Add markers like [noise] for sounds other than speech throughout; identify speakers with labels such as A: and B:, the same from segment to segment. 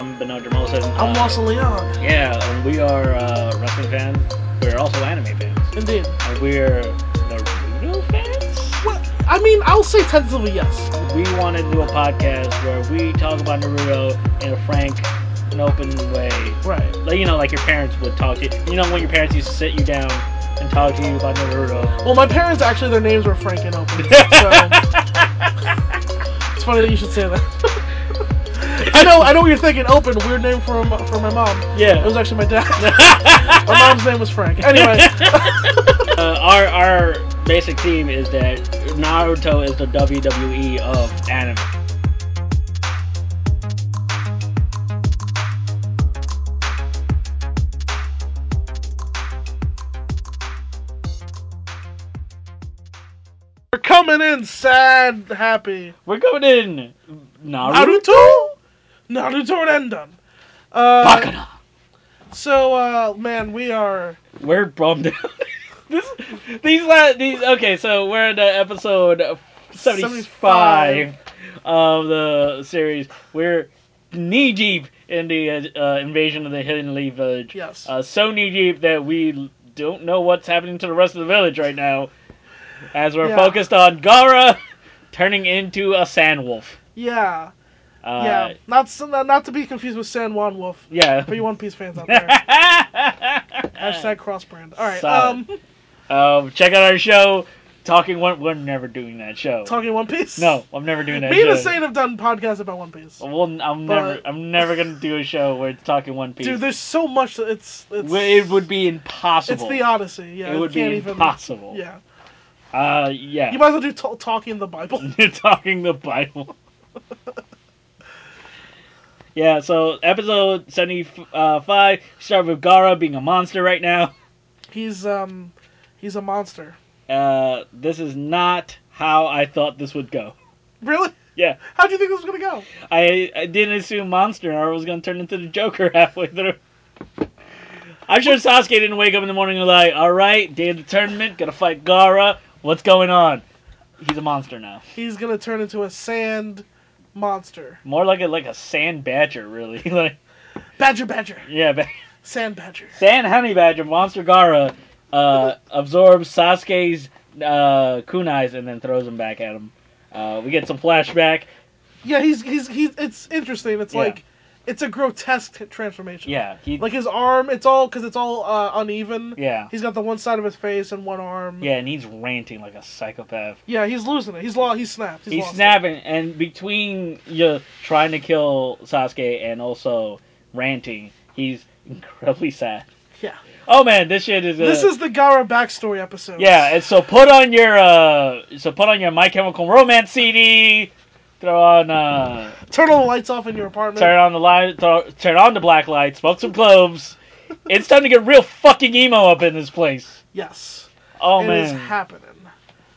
A: I'm Benoit Dermosa. and,
B: I'm
A: uh,
B: Lawson Leon.
A: Yeah, and we are uh, wrestling fans. We're also anime fans.
B: Indeed.
A: And we're Naruto fans?
B: Well, I mean, I'll say tentatively yes.
A: We want to do a podcast where we talk about Naruto in a frank and open way.
B: Right.
A: Like, you know, like your parents would talk to you. You know, when your parents used to sit you down and talk to you about Naruto.
B: [laughs] Well, my parents actually, their names were Frank and Open.
A: [laughs]
B: So it's funny that you should say that.
A: [laughs]
B: I know, I know what you're thinking. Open, weird name for m- for my mom.
A: Yeah.
B: It was actually my dad. [laughs] my mom's name was Frank. Anyway,
A: [laughs] uh, our our basic theme is that Naruto is the WWE of anime.
B: we're coming in sad, happy.
A: We're going in Naruto.
B: Naruto, Naruto Rendon. Uh,
A: Bakana.
B: so, uh, man, we are.
A: We're bummed. out. [laughs] this, these last these okay. So we're in uh, episode seventy five of the series. We're knee deep in the uh, uh, invasion of the Hidden Leaf Village.
B: Yes.
A: Uh, so knee deep that we don't know what's happening to the rest of the village right now, as we're
B: Yeah.
A: focused on Gara turning into a sand wolf.
B: Yeah,
A: Uh,
B: yeah. Not s- not to be confused with San Juan Wolf.
A: Yeah.
B: For you One Piece fans out there.
A: Hashtag [laughs]
B: Hashtag cross brand. All right.
A: Solid.
B: Um,
A: Um, check out our show. Talking one, we're never doing that show.
B: talking One Piece.
A: no, I'm never doing that.
B: Me and
A: show.
B: Insane have done podcasts about One Piece.
A: Well, I'm
B: But-
A: never, I'm never gonna do a show where it's talking One Piece.
B: Dude, there's so much. That it's it's
A: Where it would be impossible.
B: it's the Odyssey. Yeah,
A: It would be
B: can't even-
A: impossible.
B: Yeah,
A: Uh, yeah.
B: you might as well do t- talking the Bible.
A: [laughs] You're talking the Bible. [laughs] yeah. So episode seventy-five. Start with Gara being a monster right now.
B: He's um, he's a monster.
A: Uh, this is not how I thought this would go.
B: Really? [laughs]
A: Yeah.
B: How do you think this was gonna go?
A: I, I didn't assume Monster Hour was going to turn into the Joker [laughs] halfway through. I'm sure Sasuke didn't wake up in the morning and like, all right, day of the tournament, gonna fight Gara. What's going on? He's a monster now,
B: He's gonna turn into a sand monster.
A: more like a like a sand badger, really. [laughs] like,
B: Badger, badger,
A: yeah, ba-
B: sand badger.
A: sand honey badger, monster Gara uh, absorbs Sasuke's uh, kunais and then throws them back at him. Uh, we get some flashback.
B: Yeah, he's he's he's. It's interesting. It's
A: Yeah.
B: like, it's a grotesque t- transformation.
A: Yeah, he,
B: Like his arm, it's all because it's all uh, uneven.
A: yeah,
B: He's got the one side of his face and one arm.
A: yeah, and he's ranting like a psychopath.
B: Yeah, he's losing it. He's lost. He's snapped. He's,
A: He's
B: lost
A: snapping, and between you trying to kill Sasuke and also ranting, he's incredibly sad.
B: it. Yeah.
A: Oh man, this shit is. A,
B: This is the Gara backstory episode.
A: yeah. And so put on your uh, so put on your My Chemical Romance CD. Throw on
B: [laughs]
A: uh,
B: Turn all the lights off in your apartment.
A: turn on the light, throw, turn on the black light, smoke some
B: [laughs]
A: cloves. It's time to get real fucking emo up in this place.
B: Yes.
A: Oh
B: It
A: man,
B: is happening.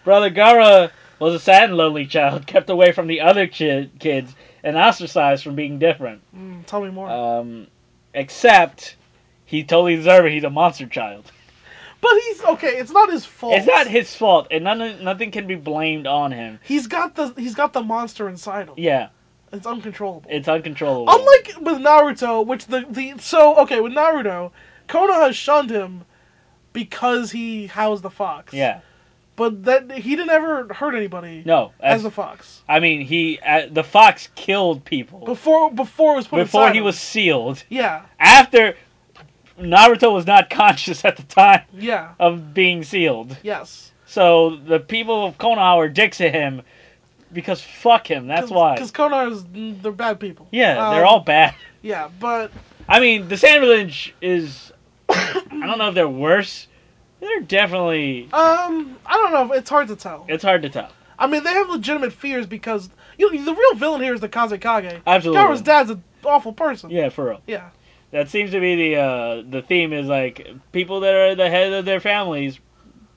A: Brother Gara was a sad and lonely child, [laughs] kept away from the other chi- kids and ostracized from being different.
B: Mm, tell me more.
A: Um, except he totally deserved it. He's a monster child.
B: but he's okay. It's not his fault.
A: It's not his fault, and none, nothing can be blamed on him.
B: He's got the he's got the monster inside him.
A: Yeah,
B: It's uncontrollable.
A: it's uncontrollable.
B: Unlike with Naruto, which the the so okay with Naruto, Konoha has shunned him because he housed the fox.
A: yeah,
B: But that he didn't ever hurt anybody
A: no.
B: as
A: As,
B: a fox
A: I mean, he uh, the fox killed people
B: before before it was put
A: before
B: inside
A: he
B: him.
A: was sealed.
B: yeah
A: After Naruto was not [laughs] conscious at the time
B: yeah
A: of being sealed,
B: yes.
A: so the people of Konoha were dicks to him because fuck him. That's
B: Cause,
A: why.
B: Because Konoha's they're bad people.
A: Yeah, they're
B: Um,
A: all bad.
B: Yeah, but
A: I mean, the Sand Village is. I don't know if they're worse. They're definitely.
B: um, I don't know. It's hard to tell.
A: It's hard to tell.
B: I mean, they have legitimate fears because you know, the real villain here is the Kazekage.
A: Absolutely.
B: Gara's dad's an awful person.
A: Yeah, for real.
B: Yeah.
A: That seems to be the uh, the theme is like people that are the head of their families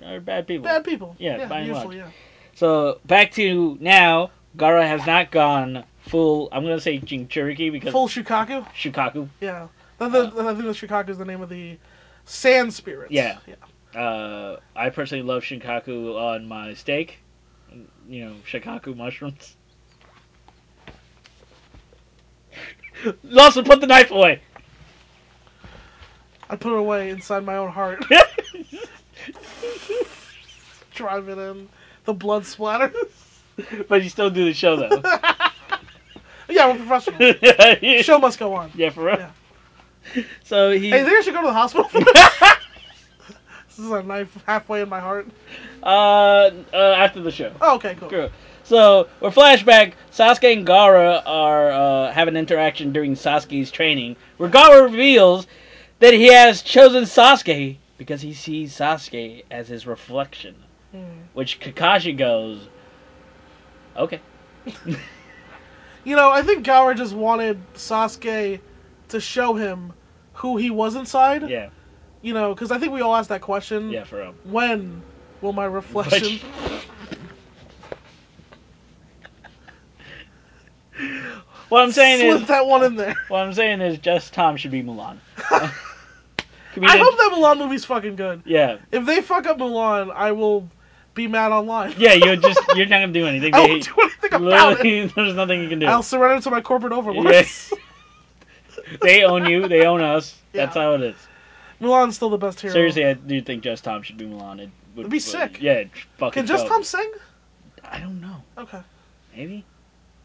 A: are bad people.
B: Bad people.
A: Yeah, by and
B: usually,
A: large.
B: yeah.
A: So back to now, Gara has not gone full. I'm gonna say Jinchuriki because
B: Full Shukaku.
A: Shukaku.
B: Yeah. The, the, I think the Shukaku is the name of the sand spirits.
A: Yeah.
B: Yeah.
A: Uh, I personally love Shukaku on my steak. You know, Shikaku mushrooms. [laughs] Lawson, put the knife away. [laughs]
B: I put it away inside my own heart. [laughs] Drive it in. The blood splatter.
A: but you still do the show though.
B: [laughs] yeah,
A: [laughs]
B: we're professional.
A: yeah,
B: [laughs] Show must go on.
A: for real.
B: Yeah.
A: So he.
B: Hey, they should go to the hospital.
A: [laughs]
B: this is a knife halfway in my heart.
A: uh, uh, after the show.
B: Oh, okay, cool.
A: True. So we're flashback. Sasuke and Gara are uh, have an interaction during Sasuke's training, where Gara reveals that he has chosen Sasuke because he sees Sasuke as his reflection.
B: Hmm.
A: Which Kakashi goes, okay.
B: You know, I think Gower just wanted Sasuke to show him who he was inside.
A: Yeah,
B: You know, because I think we all asked that question.
A: yeah, for real.
B: When will my reflection?
A: What [laughs] I'm saying
B: Slip
A: is,
B: that one in there.
A: what I'm saying is, just Tom should be
B: [laughs]
A: Mulan. Could be
B: I
A: that-
B: hope that Mulan movie's fucking good.
A: Yeah,
B: If they fuck up Mulan, I will be mad online.
A: yeah. You're just you're not gonna do anything.
B: [laughs] I
A: They-
B: won't do anything about it.
A: [laughs] literally, there's nothing you can do.
B: I'll surrender to my corporate overlords.
A: Yes. [laughs] They own you. They own us. That's
B: Yeah.
A: how it is.
B: Mulan's still the best hero.
A: Seriously, I do think Just Tom should be Mulan. It would
B: It'd be sick.
A: Yeah, it'd fucking.
B: Can Just
A: dope.
B: Tom sing?
A: I don't know.
B: Okay.
A: Maybe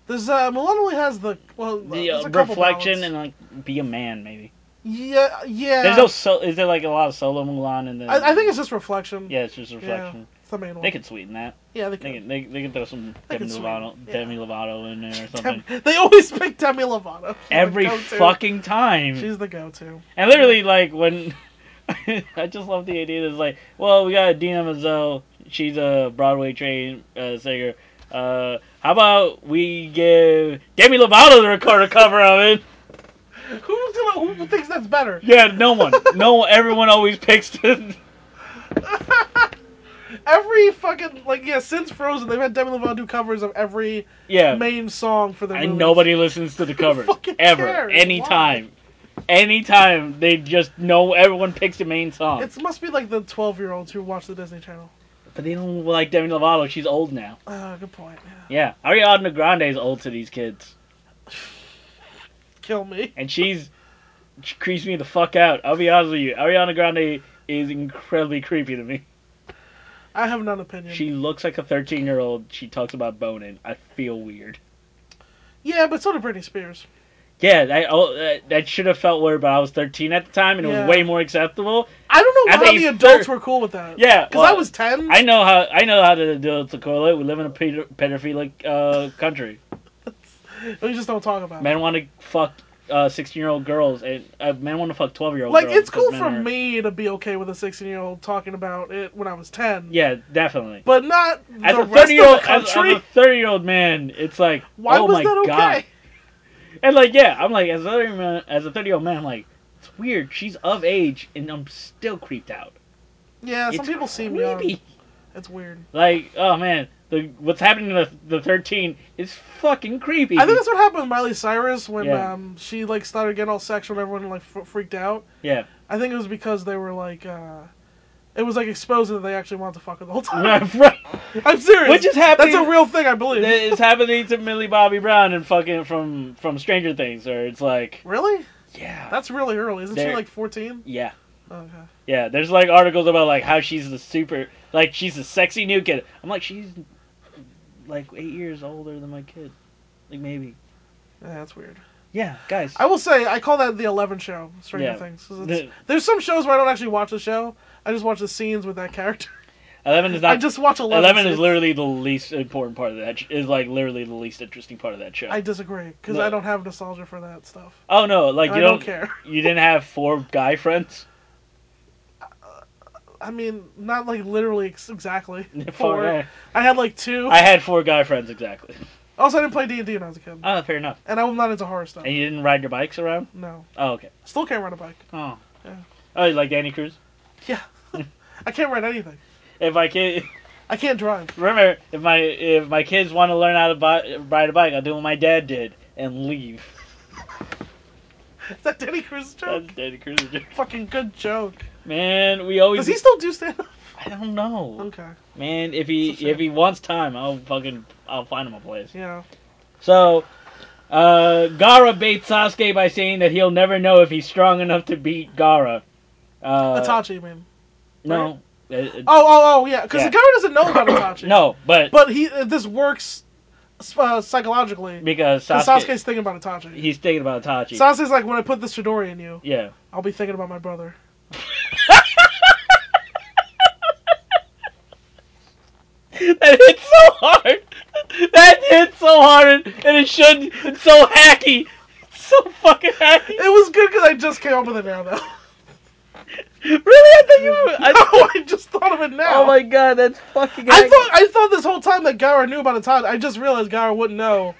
B: There's uh, Mulan only has the well
A: the
B: there's
A: uh,
B: a couple
A: reflection
B: ballads.
A: and like be a man. Maybe
B: yeah yeah.
A: there's no. So- is there like a lot of solo Mulan and then?
B: I, I think it's just reflection.
A: yeah, it's just reflection.
B: It's the main one.
A: They could sweeten that.
B: yeah, they
A: They
B: [laughs] can.
A: can, they, they can throw some
B: They
A: Demi
B: can
A: Lovato,
B: swing, yeah.
A: Demi Lovato in there or
B: [laughs]
A: something.
B: Dem- they always pick Demi Lovato. She's the
A: Every
B: go-to.
A: fucking time.
B: She's the go-to.
A: And literally, like when [laughs] I just love the idea that it's like, well, we got Dina Mazzell. She's a Broadway trained uh, singer. Uh, how about we give Demi Lovato the record cover of it?
B: Who's gonna? Who thinks that's better?
A: Yeah, no one, [laughs] no, everyone always picks. The... [laughs]
B: Every fucking like yeah, since Frozen, they've had Demi Lovato do covers of every
A: Yeah,
B: main song for their.
A: and
B: movies.
A: nobody listens to the covers
B: fucking
A: ever,
B: cares?
A: anytime, anytime. They just know everyone picks the main song,
B: It must be like the twelve-year-olds who watch the Disney Channel.
A: but they don't like Demi Lovato. She's old now.
B: Uh, good point. Yeah.
A: Yeah, Ariana Grande is old to these kids.
B: Kill me.
A: and she's she creeps me the fuck out. I'll be honest with you, Ariana Grande is incredibly creepy to me.
B: I have none opinion.
A: She looks like a thirteen year old. She talks about boning. I feel weird.
B: Yeah, but so did Britney Spears.
A: Yeah, I, oh, that, that should have felt weird, but I was 13 at the time, and it
B: Yeah.
A: was way more acceptable.
B: I don't know
A: I
B: how
A: think
B: the
A: thir-
B: adults were cool with that.
A: Yeah,
B: because I
A: well,
B: was ten.
A: I know how I know how to do the toilet. We live in a pedo- pedophilic uh, country.
B: We just don't talk about it.
A: Men want to fuck uh, 16 year old girls, and uh, men want to fuck 12 year old
B: Like
A: girls.
B: it's
A: because
B: cool
A: men
B: for
A: are-
B: me to be okay with a sixteen-year-old talking about it when I was ten.
A: Yeah, definitely.
B: But not
A: As
B: the
A: a
B: rest
A: thirty
B: of
A: year
B: the
A: old, as, as
B: country.
A: a thirty year old man, it's like,
B: Why
A: oh
B: was
A: my
B: that okay?
A: god! And like, yeah, I'm like, as a 30 man, as a thirty year old man, I'm like, it's weird. She's of age, and I'm still creeped out.
B: Yeah, some
A: It's
B: people seem young.
A: creepy.
B: It's weird.
A: Like, oh man, the what's happening to the, the thirteen is fucking creepy.
B: I think that's what happened with Miley Cyrus when
A: Yeah.
B: um, she like started getting all sexual and everyone like f- freaked out.
A: yeah, [laughs]
B: I think it was because they were like, uh, it was like exposed that they actually wanted to fuck her the whole time. [laughs]
A: right.
B: I'm serious.
A: Which is happening-
B: That's a real thing, I believe.
A: It's happening to Millie Bobby Brown and fucking from from Stranger Things, or it's like,
B: Really?
A: yeah,
B: That's really early. Isn't
A: There-
B: she like 14?
A: yeah.
B: Okay.
A: Yeah, there's like articles about like how she's the super, like she's the sexy new kid. I'm like she's like eight years older than my kid, like maybe.
B: Yeah, that's weird.
A: Yeah, guys.
B: I will say I call that the Eleven show. Stranger
A: Yeah.
B: Things. 'Cause
A: The-
B: it's- There's some shows where I don't actually watch the show. I just watch the scenes with that character. [laughs]
A: Eleven is
B: I
A: not.
B: just watch Eleven.
A: Eleven is
B: scenes.
A: literally the least important part of that. sh- Is like literally the least interesting part of that show.
B: I disagree because
A: No.
B: I don't have nostalgia for that stuff.
A: oh no, like you
B: I
A: don't.
B: don't care.
A: You didn't have four guy friends. [laughs]
B: I mean, not like literally
A: [laughs]
B: ex- exactly.
A: Four.
B: Four. I had like two.
A: I had four guy friends exactly.
B: Also, I didn't play D and D when I was a kid,
A: Oh, fair enough.
B: and I'm not into horror stuff.
A: And you didn't ride your bikes around.
B: No,
A: Oh, okay.
B: still can't ride a bike.
A: Oh.
B: Yeah.
A: Oh, you like Danny Cruz?
B: Yeah, I can't ride anything.
A: If I can.
B: I can't drive. [laughs]
A: Remember, if my if my kids want to learn how to bi- ride a bike, I'll do what my dad did and
B: [laughs]
A: leave.
B: Is that Danny Cruz joke?
A: That's Danny Cruz's joke.
B: Fucking good joke.
A: Man, we always.
B: Does he Um, still do stand up?
A: I don't know.
B: Okay,
A: Man, if he
B: It's a shame.
A: if he wants time, I'll fucking I'll find him a place.
B: yeah.
A: So, Uh, Gara baits Sasuke by saying that he'll never know if he's strong enough to beat Gara. Uh,
B: Itachi, man.
A: No. It- it-
B: Oh, oh, oh, yeah. Because
A: Yeah.
B: the guy doesn't know
A: [coughs]
B: about Itachi.
A: No, but,
B: But he uh, this works uh, psychologically.
A: because
B: 'Cause
A: Sasuke,
B: Sasuke's thinking about Itachi.
A: he's thinking about Itachi.
B: Sasuke's like, when I put this Chidori in you,
A: yeah.
B: I'll be thinking about my brother.
A: That hit so hard. That hit so hard, and it should. It's so hacky. It's so fucking hacky.
B: It was good because I just came up with it now, though.
A: Really, I thought you. Were,
B: [laughs] I,
A: [laughs] I,
B: I just thought of it now.
A: oh my god, that's fucking.
B: I
A: hacky.
B: thought I thought this whole time that Gara knew about Itachi. I just realized Gara wouldn't know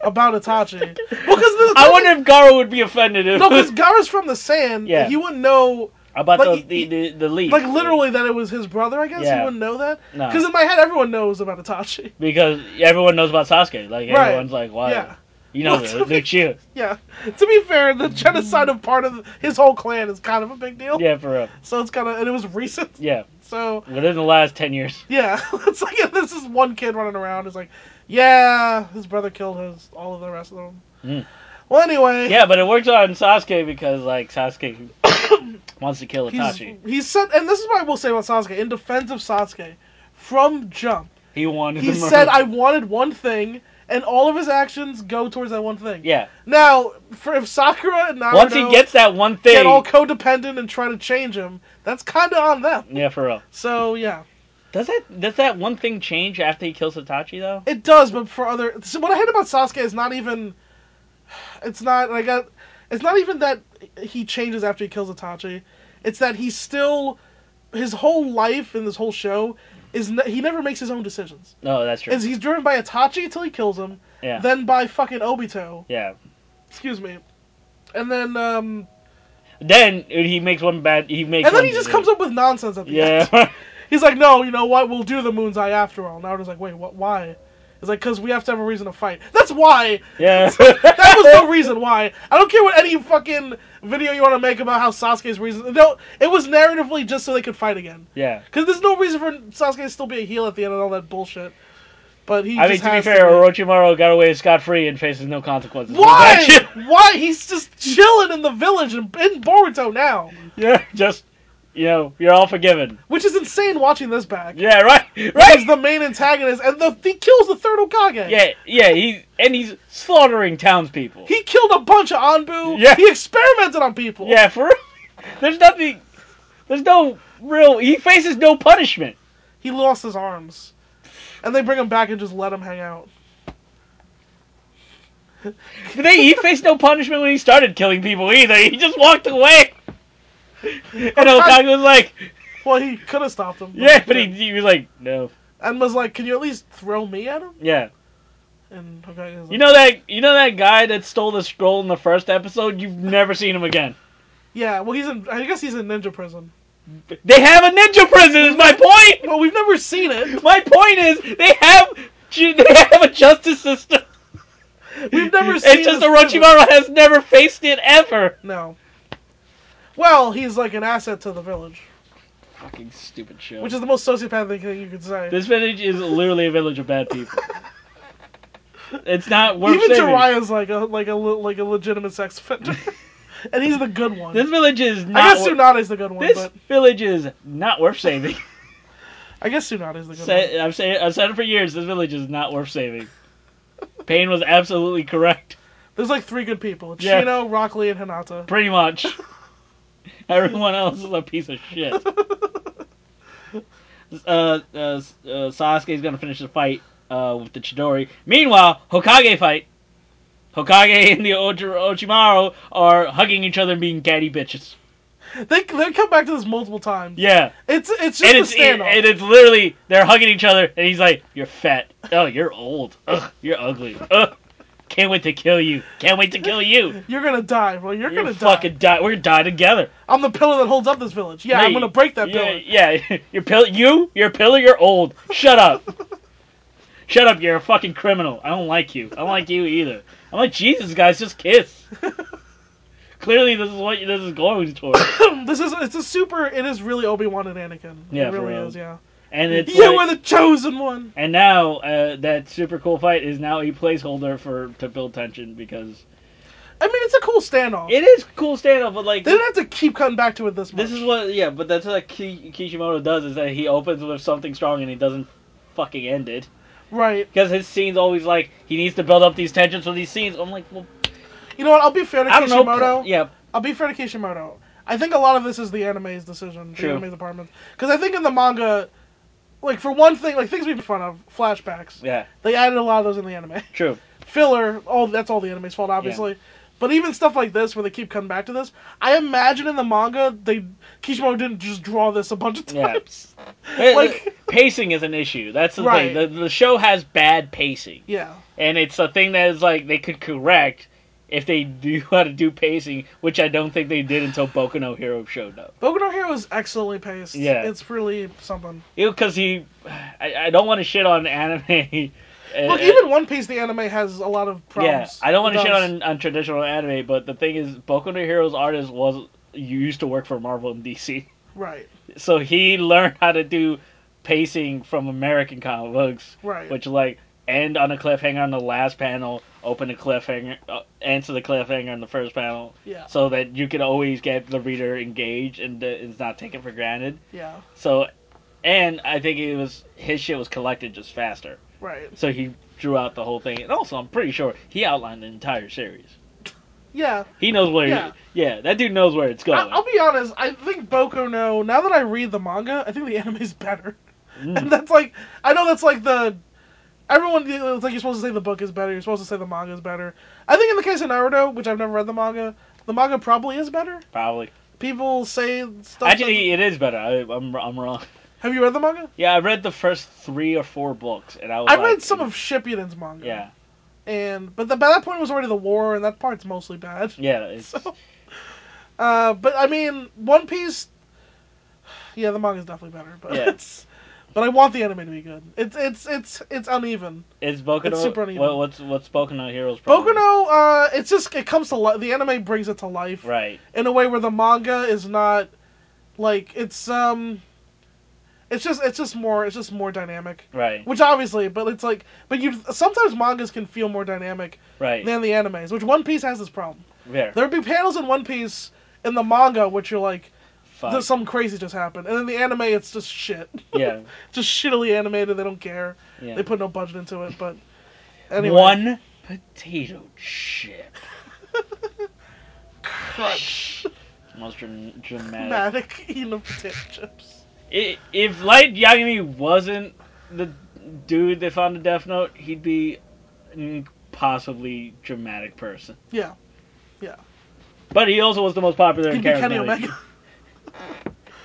B: about
A: [laughs]
B: Itachi. Well, because
A: I wonder if Garo would be offended if
B: No, because Gara's from the sand.
A: Yeah.
B: He wouldn't know,
A: [laughs] about
B: like,
A: the, the the the leaf.
B: like literally, that it was his brother. I guess
A: Yeah. Uh.
B: he wouldn't know that.
A: No.
B: Because in my head, everyone knows about Itachi.
A: because everyone knows about Sasuke. Like
B: Right.
A: everyone's like, why?
B: Yeah.
A: You know,
B: [laughs] Well,
A: the
B: to
A: the
B: be-
A: cheer.
B: Yeah. To be fair, the genocide of part of his whole clan is kind of a big deal.
A: Yeah, for real.
B: So it's kind of and it was recent.
A: Yeah,
B: So
A: within the last ten years.
B: yeah, [laughs] it's like yeah, this is one kid running around. It's like, yeah, his brother killed his all of the rest of them.
A: Mm.
B: Well, anyway.
A: Yeah, but it works on Sasuke because like
B: [coughs]
A: Sasuke wants to kill
B: He's,
A: Itachi.
B: he's said, and this is what I will say about Sasuke. In defense of Sasuke, from
A: [laughs]
B: jump,
A: He wanted.
B: he
A: to murder-
B: said, "I wanted one thing," and all of his actions go towards that one thing.
A: Yeah.
B: Now, for if Sakura and Naruto
A: Once he gets that one thing.
B: get all codependent and try to change him, that's kind of on them.
A: Yeah, for real.
B: So yeah,
A: Does that does that one thing change after he kills Itachi though?
B: it does. But for other, so what I hate about Sasuke is not even, it's not like I, it's not even that he changes after he kills Itachi. It's that he's still, his whole life in this whole show is ne- he never makes his own decisions.
A: No, that's true.
B: Is he's driven by Itachi until he kills him,
A: Yeah.
B: then by fucking Obito.
A: yeah.
B: Excuse me. And then um
A: Then he makes one bad. He makes.
B: and then
A: one
B: he just
A: decision.
B: comes up with nonsense at the [laughs] end.
A: Yeah. [laughs]
B: He's like, "No, you know what? We'll do the Moon's Eye after all." Naruto's like, "Wait, what why?" It's like, "Cuz we have to have a reason to fight." That's why. [laughs]
A: yeah.
B: That was the reason why. I don't care what any fucking video you want to make about how Sasuke's reason. No, it was narratively just so they could fight again.
A: yeah.
B: Cuz there's no reason for Sasuke to still be a heel at the end and all that bullshit. But he
A: I mean,
B: just
A: to be
B: has
A: fair,
B: be.
A: Orochimaru got away scot free and faces no consequences. for that
B: Why?
A: shit.
B: Why? He's just chilling in the village in, in Boruto now,
A: [laughs] Yeah. Just, you know, you're all forgiven.
B: which is insane. Watching this back,
A: Yeah. Right.
B: he's
A: Right.
B: the main antagonist, and the, he kills the third Okage.
A: Yeah. Yeah. He and he's slaughtering townspeople.
B: he killed a bunch of Anbu.
A: Yeah.
B: he experimented on people.
A: Yeah. For real. [laughs] There's nothing. There's no real. He faces no punishment.
B: he lost his arms, and they bring him back and just let him hang out.
A: They, he faced no punishment when he started killing people either. He just walked away. And Otaku was like,
B: Well, he could have stopped him.
A: yeah, but he, he was like, no,
B: and was like, "Can you at least throw me at him?"
A: yeah.
B: And Hokage was like,
A: You know that you know that guy that stole the scroll in the first episode. You've never seen him again.
B: yeah. Well, he's in. I guess he's in ninja prison.
A: They have a ninja prison. Is my point.
B: Well, we've never seen it.
A: My point is they have ju- they have a justice system.
B: We've never seen.
A: It's just
B: this prison.
A: Orochimaru has never faced it ever.
B: No. Well, he's like an asset to the village,
A: Fucking stupid show.
B: which is the most sociopathic thing you could say.
A: this village is literally a village of bad
B: [laughs]
A: people. it's not worth
B: Even
A: saving.
B: Jiraiya's like a like a le- like a legitimate
A: [laughs]
B: sex offender, and he's the good one.
A: This village is not.
B: I guess
A: wor-
B: Tsunade's the good one,
A: this
B: but
A: village is not worth
B: [laughs]
A: saving.
B: I guess Tsunade's the good
A: Say, I've said I've said it for years. This village is not worth saving. Payne was absolutely correct,
B: one. There's like three good people:
A: Yeah.
B: Chino, Rock Lee, and Hinata. [laughs]
A: pretty much. Everyone else is a piece of shit. Uh, uh, uh, Sasuke's gonna finish the fight uh, with the Chidori. Meanwhile, Hokage fight. Hokage [laughs] and the Oji- Ochimaru are hugging each other and being catty bitches.
B: they they come back to this multiple times.
A: Yeah.
B: It's it's just
A: and
B: a
A: it's it,
B: standoff.
A: and it's literally they're hugging each other, and he's like, "You're fat. Oh, you're old. Ugh, you're ugly. Ugh, can't wait to kill you. Can't wait to kill you.
B: You're gonna die, bro. You're,
A: You're
B: gonna
A: fucking
B: die.
A: die. We're gonna die together.
B: I'm the pillar that holds up this village. Yeah, I'm
A: Hey,
B: gonna break that
A: yeah,
B: pillar.
A: Yeah, [laughs] you're pill. You, you're a pillar. You're old. Shut
B: [laughs]
A: up. Shut up. You're a fucking criminal. I don't like you. I don't like you either. I'm like Jesus, guys. Just
B: [laughs]
A: kiss. Clearly, this is what this is going towards.
B: this is it's a super. It is really Obi Wan and Anakin.
A: Yeah,
B: it
A: for
B: really
A: real.
B: is. Yeah.
A: and it's
B: you
A: like-
B: were the chosen one.
A: and now uh, that super cool fight is now a placeholder for to build tension because
B: I mean, it's a cool standoff.
A: it is cool standoff, but like
B: they didn't have to keep cutting back to it this much.
A: This is what, yeah, but that's what Ki- Kishimoto does is that he opens with something strong and he doesn't fucking end it
B: right.
A: because his scenes always like he needs to build up these tensions for these scenes. I'm like, well,
B: You know what? I'll be fair to
A: I don't know,
B: Kishimoto.
A: pl- yeah,
B: I'll be fair to Kishimoto. I think a lot of this is the anime's decision,
A: True.
B: the anime department, because I think in the manga, like for one thing, like things we made fun of, flashbacks.
A: yeah,
B: They added a lot of those in the anime.
A: true,
B: Filler, all that's all the anime's fault, obviously. But even stuff like this, where they keep coming back to this, I imagine in the manga they Kishimoto didn't just draw this a bunch of
A: Yeah. [laughs]
B: times. [laughs]
A: like
B: Like-
A: [laughs] pacing is an issue. That's the
B: Right.
A: thing. The, the show has bad pacing,
B: Yeah,
A: and it's a thing that is like they could correct if they [laughs] knew how to do pacing, which I don't think they did until Boku no Hero showed up.
B: Boku no Hero is excellently paced.
A: Yeah.
B: it's really something.
A: Because he, I, I don't want to shit on anime. [laughs]
B: Look, even One Piece, the anime has a lot of problems.
A: Yeah, I don't want
B: It
A: to shit
B: does.
A: on, on traditional anime, but the thing is, Boku no Hero's artist was you used to work for Marvel and DC,
B: Right,
A: so he learned how to do pacing from American comic books,
B: right.
A: which like end on a cliffhanger on the last panel, open the cliffhanger, uh, answer the cliffhanger on the first panel,
B: yeah,
A: so that you can always get the reader engaged and uh, it's not taken for granted.
B: yeah,
A: So, and I think it was his shit was collected just faster,
B: right.
A: so he drew out the whole thing, and also I'm pretty sure he outlined the entire series.
B: Yeah,
A: He knows where. Yeah,
B: Yeah.
A: yeah that dude knows where it's going.
B: I, I'll be honest. I think Boku no. Now that I read the manga, I think the [laughs] anime's better.
A: Mm.
B: [laughs] And that's like, I know that's like the everyone. you know, It's like you're supposed to say the book is better. You're supposed to say the manga is better. I think in the case of Naruto, which I've never read the manga, the manga probably is better.
A: Probably.
B: People say stuff. that-
A: Actually, it is better. I, I'm I'm wrong.
B: have you read the manga?
A: Yeah, I read the first three or four books, and I was.
B: I
A: like-
B: read some of Shippuden's manga.
A: Yeah,
B: And but the, by that point it was already the war, and that part's mostly bad.
A: yeah. It's,
B: So, uh, but I mean, One Piece. [sighs] Yeah, the manga's definitely better, but
A: Yeah.
B: it's. But I want the anime to be good. It's it's it's it's uneven.
A: it's Boku
B: it's
A: no.
B: super uneven.
A: Well, what's what's Boku no Heroes?
B: Boku
A: problem?
B: no, uh, it's just it comes to life. The anime brings it to life
A: Right.
B: in a way where the manga is not, like it's um. It's just it's just more it's just more dynamic,
A: Right.
B: which obviously, but it's like but you sometimes mangas can feel more dynamic
A: Right.
B: than the animes, which One Piece has this problem.
A: There.
B: There'd be panels in One Piece in the manga which you're like,
A: Fuck.
B: There's some crazy just happened, and then the anime, it's just shit, [laughs]
A: yeah.
B: just shittily animated. They don't care.
A: Yeah.
B: They put no budget into it, but anyway,
A: One potato
B: [laughs]
A: chip.
B: crunch,
A: Most dram- dramatic.
B: dramatic [laughs] eating of potato chips.
A: I If Light Yagami wasn't the dude that found the Death Note, he'd be an impossibly dramatic person.
B: Yeah,
A: But he also was the most popular and
B: he'd be Kenny
A: charismatic.
B: Omega.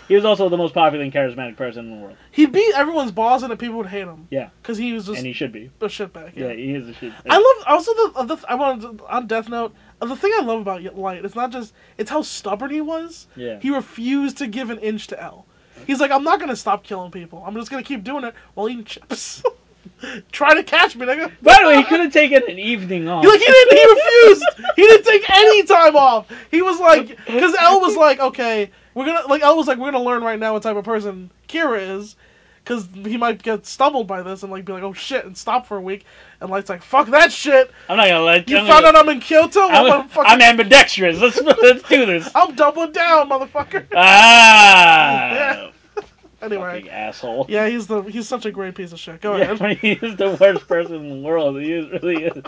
A: He was also the most popular and charismatic person in the world,
B: He'd be everyone's boss, and the people would hate him.
A: Yeah.
B: because he was just
A: and he should be.
B: a shitbag.
A: Yeah, he is a shit.
B: I love also the, uh, the I wanted to, on Death Note. uh, The thing I love about Light, it's not just it's how stubborn he was.
A: Yeah.
B: He refused to give an inch to L. He's like, I'm not gonna stop killing people. I'm just gonna keep doing it while eating chips. [laughs] Try to catch me, nigga.
A: By the way, he could have taken an evening off.
B: Like he didn't.
A: [laughs]
B: He refused. he didn't take any time off. He was like, because L
A: [laughs]
B: was like, okay, we're gonna like L was like, we're gonna learn right now what type of person Kira is, because he might get stumbled by this and like be like, oh shit, and stop for a week. And Light's like, fuck that shit.
A: I'm not gonna let
B: You
A: I'm
B: found
A: gonna-
B: out I'm in Kyoto? I'm,
A: I'm,
B: I'm, fucking,
A: I'm ambidextrous. Let's let's do
B: [laughs]
A: this.
B: I'm doubling
A: [laughs]
B: down, motherfucker.
A: Ah,
B: Yeah. Anyway,
A: fucking asshole.
B: yeah, he's the he's such a great piece of shit. Go ahead.
A: [laughs] Yeah, he is the worst person in the world. He is, really is.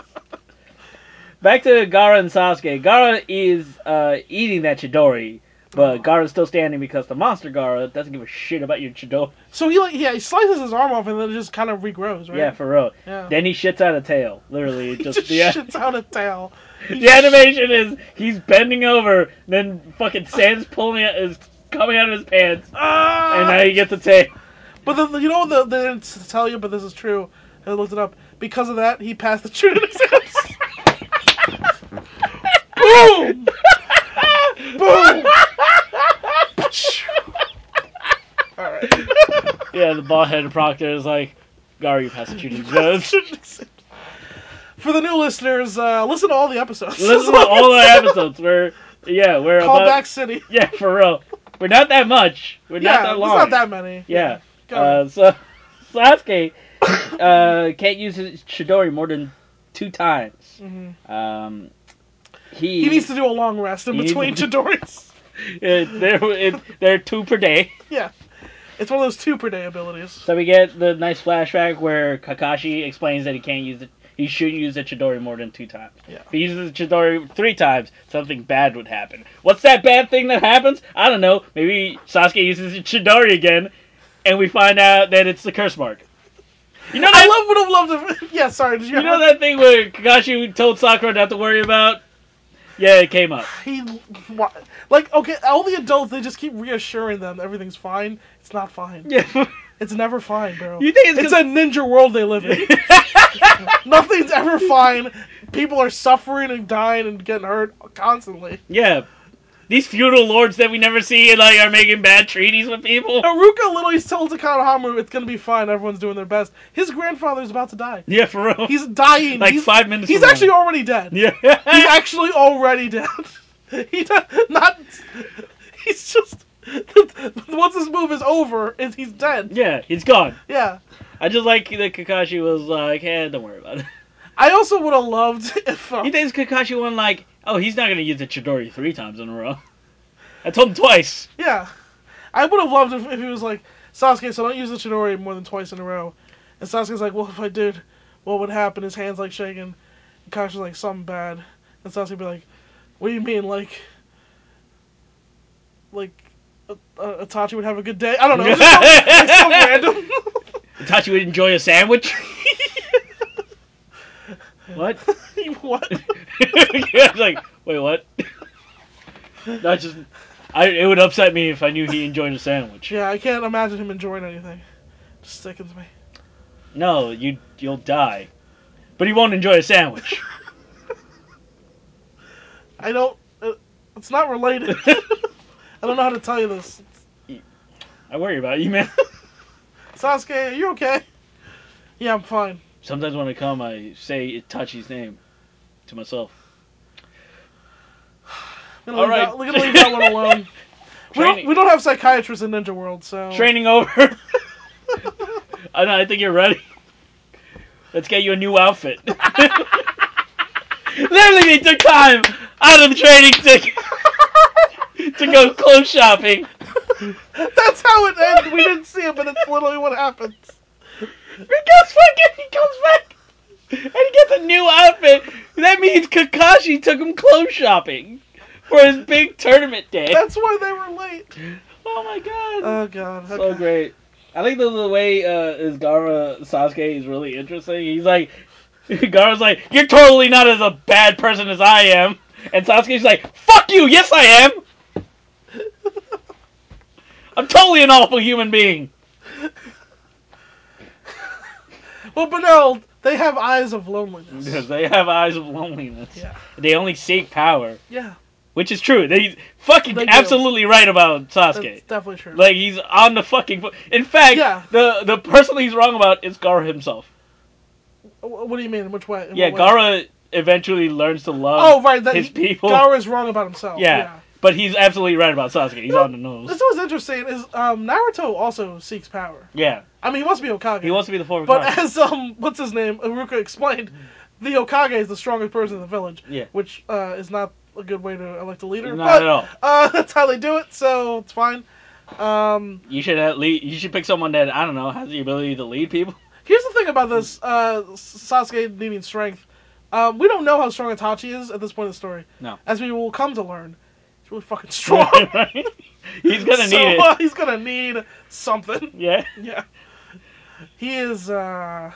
A: Back to Gara and Sasuke. Gara is uh, eating that Chidori,
B: Oh.
A: but Gara's still standing because the monster Gara doesn't give a shit about your Chidori.
B: So he like yeah he slices his arm off and then it just kind of regrows,
A: [laughs]
B: right?
A: Yeah, for real.
B: Yeah.
A: Then he shits out a tail. Literally, it
B: [laughs] he
A: just,
B: just
A: the,
B: shits out a tail.
A: [laughs] the animation is he's bending over, then fucking sand's pulling out, is coming out of his pants,
B: Ah!
A: and now you get the tail.
B: But the, the- you know the, they didn't tell you, but this is true. I looked it up. Because of that, he passed the Trinity test. Boom! [laughs] Boom! All right.
A: [laughs] Yeah, the bald headed proctor is like, Gara,
B: [laughs]
A: you passed the shooting judge.
B: For the new listeners, uh, listen to all the episodes.
A: Listen to all
B: [laughs]
A: our episodes. We're yeah, we're
B: Call
A: about
B: back City.
A: yeah for real. We're not that much. We're
B: yeah,
A: not that
B: it's
A: long.
B: not that many.
A: Yeah,
B: Go
A: Uh,
B: on.
A: so [laughs] Sasuke uh, can't use his Shidori more than two times.
B: Mhm.
A: Um,
B: He needs to do a long rest in
A: He needs
B: between
A: to-
B: Chidori's. [laughs]
A: It, there, it, there are two per day.
B: Yeah. It's one of those two per day abilities.
A: So we get the nice flashback where Kakashi explains that he can't use it. He shouldn't use the Chidori more than two times.
B: Yeah.
A: If he uses the Chidori three times, something bad would happen. What's that bad thing that happens? I don't know. Maybe Sasuke uses the Chidori again, and we find out that it's the curse mark. You know
B: I
A: that
B: love would have loved if [laughs] Yeah, sorry. Did you,
A: You know
B: have-
A: that thing where Kakashi told Sakura not to worry about? Yeah, it came
B: [laughs]
A: up.
B: He, wha- like, okay, all the adults, they just keep reassuring them everything's fine. It's not fine.
A: Yeah.
B: It's never fine, bro.
A: You think it's
B: It's a
A: 'cause-
B: ninja world they
A: [laughs]
B: live in. Nothing's ever fine. People are suffering and dying and getting hurt constantly.
A: yeah. These feudal lords that we never see like are making bad treaties with
B: [laughs]
A: people.
B: Aruka literally told Takanohamu it's gonna be fine, everyone's doing their best. His grandfather's about to die.
A: Yeah, for real.
B: He's dying.
A: Like
B: he's,
A: five minutes
B: He's
A: from now.
B: actually already dead.
A: yeah.
B: He's actually already dead. [laughs] he do- not. He's just. [laughs] Once this move is over, is he's dead.
A: yeah, he's gone.
B: Yeah.
A: I just like that Kakashi was like, "Hey, don't worry about it." [laughs]
B: I also would have loved [laughs] if. uh,
A: He thinks Kakashi won like, "Oh, he's not gonna use the Chidori three times in a row." I told him twice.
B: yeah. I would have loved if, if he was like, Sasuke, so don't use the Chidori more than twice in a row. And Sasuke's like, well, if I did, what would happen? His hand's like shaking. And Kasha's like, something bad. And Sasuke'd be like, what do you mean? Like, like, uh, uh, Itachi would have a good day? I don't know. It's just some- like, some random. [laughs]
A: Itachi would enjoy a sandwich. what? [laughs]
B: [laughs] what?
A: I was like, wait, what? [laughs] Not just. I, it would upset me if I knew he enjoyed a sandwich.
B: Yeah, I can't imagine him enjoying anything. Just sickens me.
A: No, you you'll die. But he won't enjoy a sandwich. [laughs]
B: I don't. Uh, it's
A: [laughs]
B: not related. I don't know how to tell you this.
A: I worry about you, man. [laughs]
B: Sasuke, are you okay? Yeah, I'm fine.
A: Sometimes when I come, I say Itachi's name to myself.
B: I'm gonna
A: All
B: leave
A: right.
B: that, we're gonna leave that
A: [laughs]
B: one alone. we, don't,
A: Training,
B: we don't have psychiatrists in Ninja World, so.
A: [laughs] training over. I know. I think you're ready. Let's get you a new outfit. [laughs] Literally, they took time out of the training to [laughs] to go clothes shopping.
B: [laughs] That's how it ended. We didn't see it, but it's literally what
A: [laughs]
B: happens.
A: He goes fucking, he comes back, and he gets a new outfit. That means Kakashi took him clothes shopping for his big tournament day.
B: [laughs] That's why they
A: [laughs]
B: were late.
A: oh my god,
B: Oh god.
A: so
B: okay.
A: great. I think the, the way uh, Izgara Sasuke is really interesting. He's like, [laughs] Gaara's like, you're totally not as a bad person as I am, and Sasuke's like, fuck you, yes I
B: [laughs]
A: am. I'm totally an awful human being.
B: Well, but no, they have eyes of
A: [laughs]
B: loneliness.
A: Because they have eyes of loneliness.
B: Yeah.
A: They only seek power.
B: Yeah.
A: Which is true. They fucking
B: They do.
A: absolutely right about
B: That's
A: Sasuke.
B: definitely true.
A: Like he's on the fucking. fo- In fact,
B: Yeah.
A: the the person he's wrong about is Gara himself.
B: Wh- what do you mean? In which way? In
A: yeah,
B: what way?
A: Gara eventually learns to love
B: Oh, right. That
A: his
B: he-
A: people.
B: Gaara is wrong about himself.
A: yeah.
B: yeah.
A: but he's absolutely right about Sasuke. He's
B: No,
A: on the nose.
B: This was interesting. Is um, Naruto also seeks power?
A: Yeah,
B: I mean, he wants to be Okage.
A: he wants to be the fourth.
B: But
A: Hokage.
B: [laughs]
A: Mm.
B: as um, what's his name, Aruka explained, the Okage is the strongest person in the village.
A: Yeah.
B: Which uh, is not a good way to elect a leader.
A: not
B: but,
A: at all.
B: Uh, [laughs] that's how they do it, so it's fine. Um,
A: You should at least you should pick someone that I don't know has the ability to lead people.
B: here's the thing about this uh, Sasuke needing strength. Um, we don't know how strong Itachi is at this point in the story. [laughs]
A: No.
B: As we will come to learn, he's really fucking [laughs] strong.
A: Right? [laughs] He's gonna
B: so,
A: need
B: uh,
A: it.
B: [laughs] he's gonna need something. [laughs]
A: Yeah.
B: Yeah. He is uh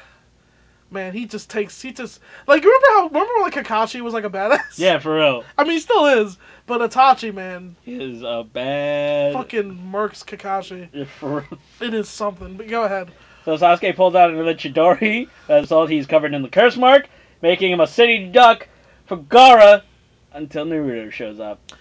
B: man, he just takes he just like remember how remember when, like Kakashi was like a badass?
A: Yeah, for real.
B: [laughs] I mean he still is, but Itachi man
A: He is a bad.
B: fucking murks Kakashi.
A: Yeah, [laughs] for real.
B: It is something. But go ahead.
A: So Sasuke pulls out another Chidori. That's all he's covered in the curse mark, making him a city duck for Gara until Naruto shows up.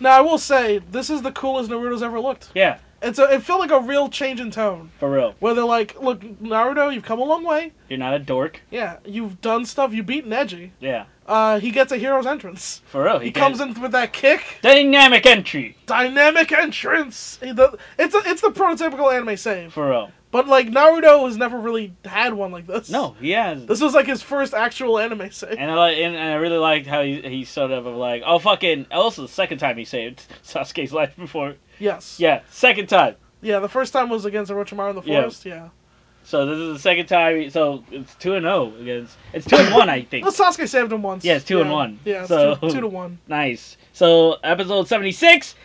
B: Now I will say this is the coolest Naruto's ever looked.
A: Yeah,
B: It's a, it felt like a real change in tone.
A: for real.
B: Where they're like, look, Naruto, you've come a long way.
A: You're not a dork.
B: Yeah, you've done stuff. You've beaten Edgy.
A: Yeah,
B: Uh, he gets a hero's entrance.
A: for real.
B: He, comes in with that kick.
A: Dynamic entry,
B: dynamic entrance. He- the- It's a, it's the prototypical anime save.
A: for real.
B: But like Naruto has never really had one like this.
A: No, he has.
B: This was like his first actual anime save.
A: And I like, and, and I really liked how he he sort of like, oh fucking, oh, this is the second time he saved [laughs] Sasuke's life before.
B: yes.
A: Yeah, second time.
B: Yeah, the first time was against Orochimaru in the
A: Yeah.
B: forest. Yeah.
A: So this is the second time. he- So it's two and zero against. It's two and one, I
B: [laughs]
A: think.
B: Well, Sasuke saved him once.
A: Yeah, it's two
B: yeah.
A: and one.
B: Yeah, it's
A: So-
B: two, two to one.
A: Nice. So episode seventy six.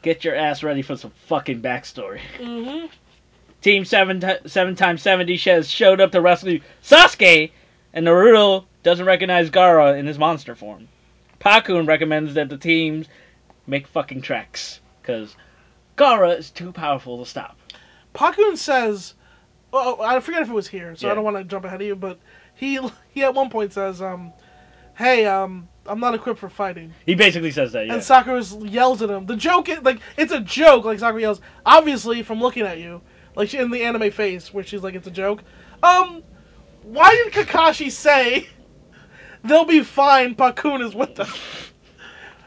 A: Get your ass ready for some fucking backstory.
B: Mm-hmm.
A: Team seven ti seven times seventy has showed up to rescue Sasuke, and Naruto doesn't recognize Gara in his monster form. Pakun recommends that the teams make fucking tracks because Gara is too powerful to stop.
B: Pakun says, "Oh, I forget if it was here, so
A: Yeah.
B: I don't want to jump ahead of you." But he [laughs] he at one point says, um, "Hey, um, I'm not equipped for fighting."
A: He basically says that. Yeah.
B: And Sakura yells at him. The joke is like it's a joke. Like Sakura yells, obviously from looking at you, like she, in the anime face where she's like, "It's a joke." Um, why did Kakashi say [laughs] they'll be fine? Pakun is with them. [laughs]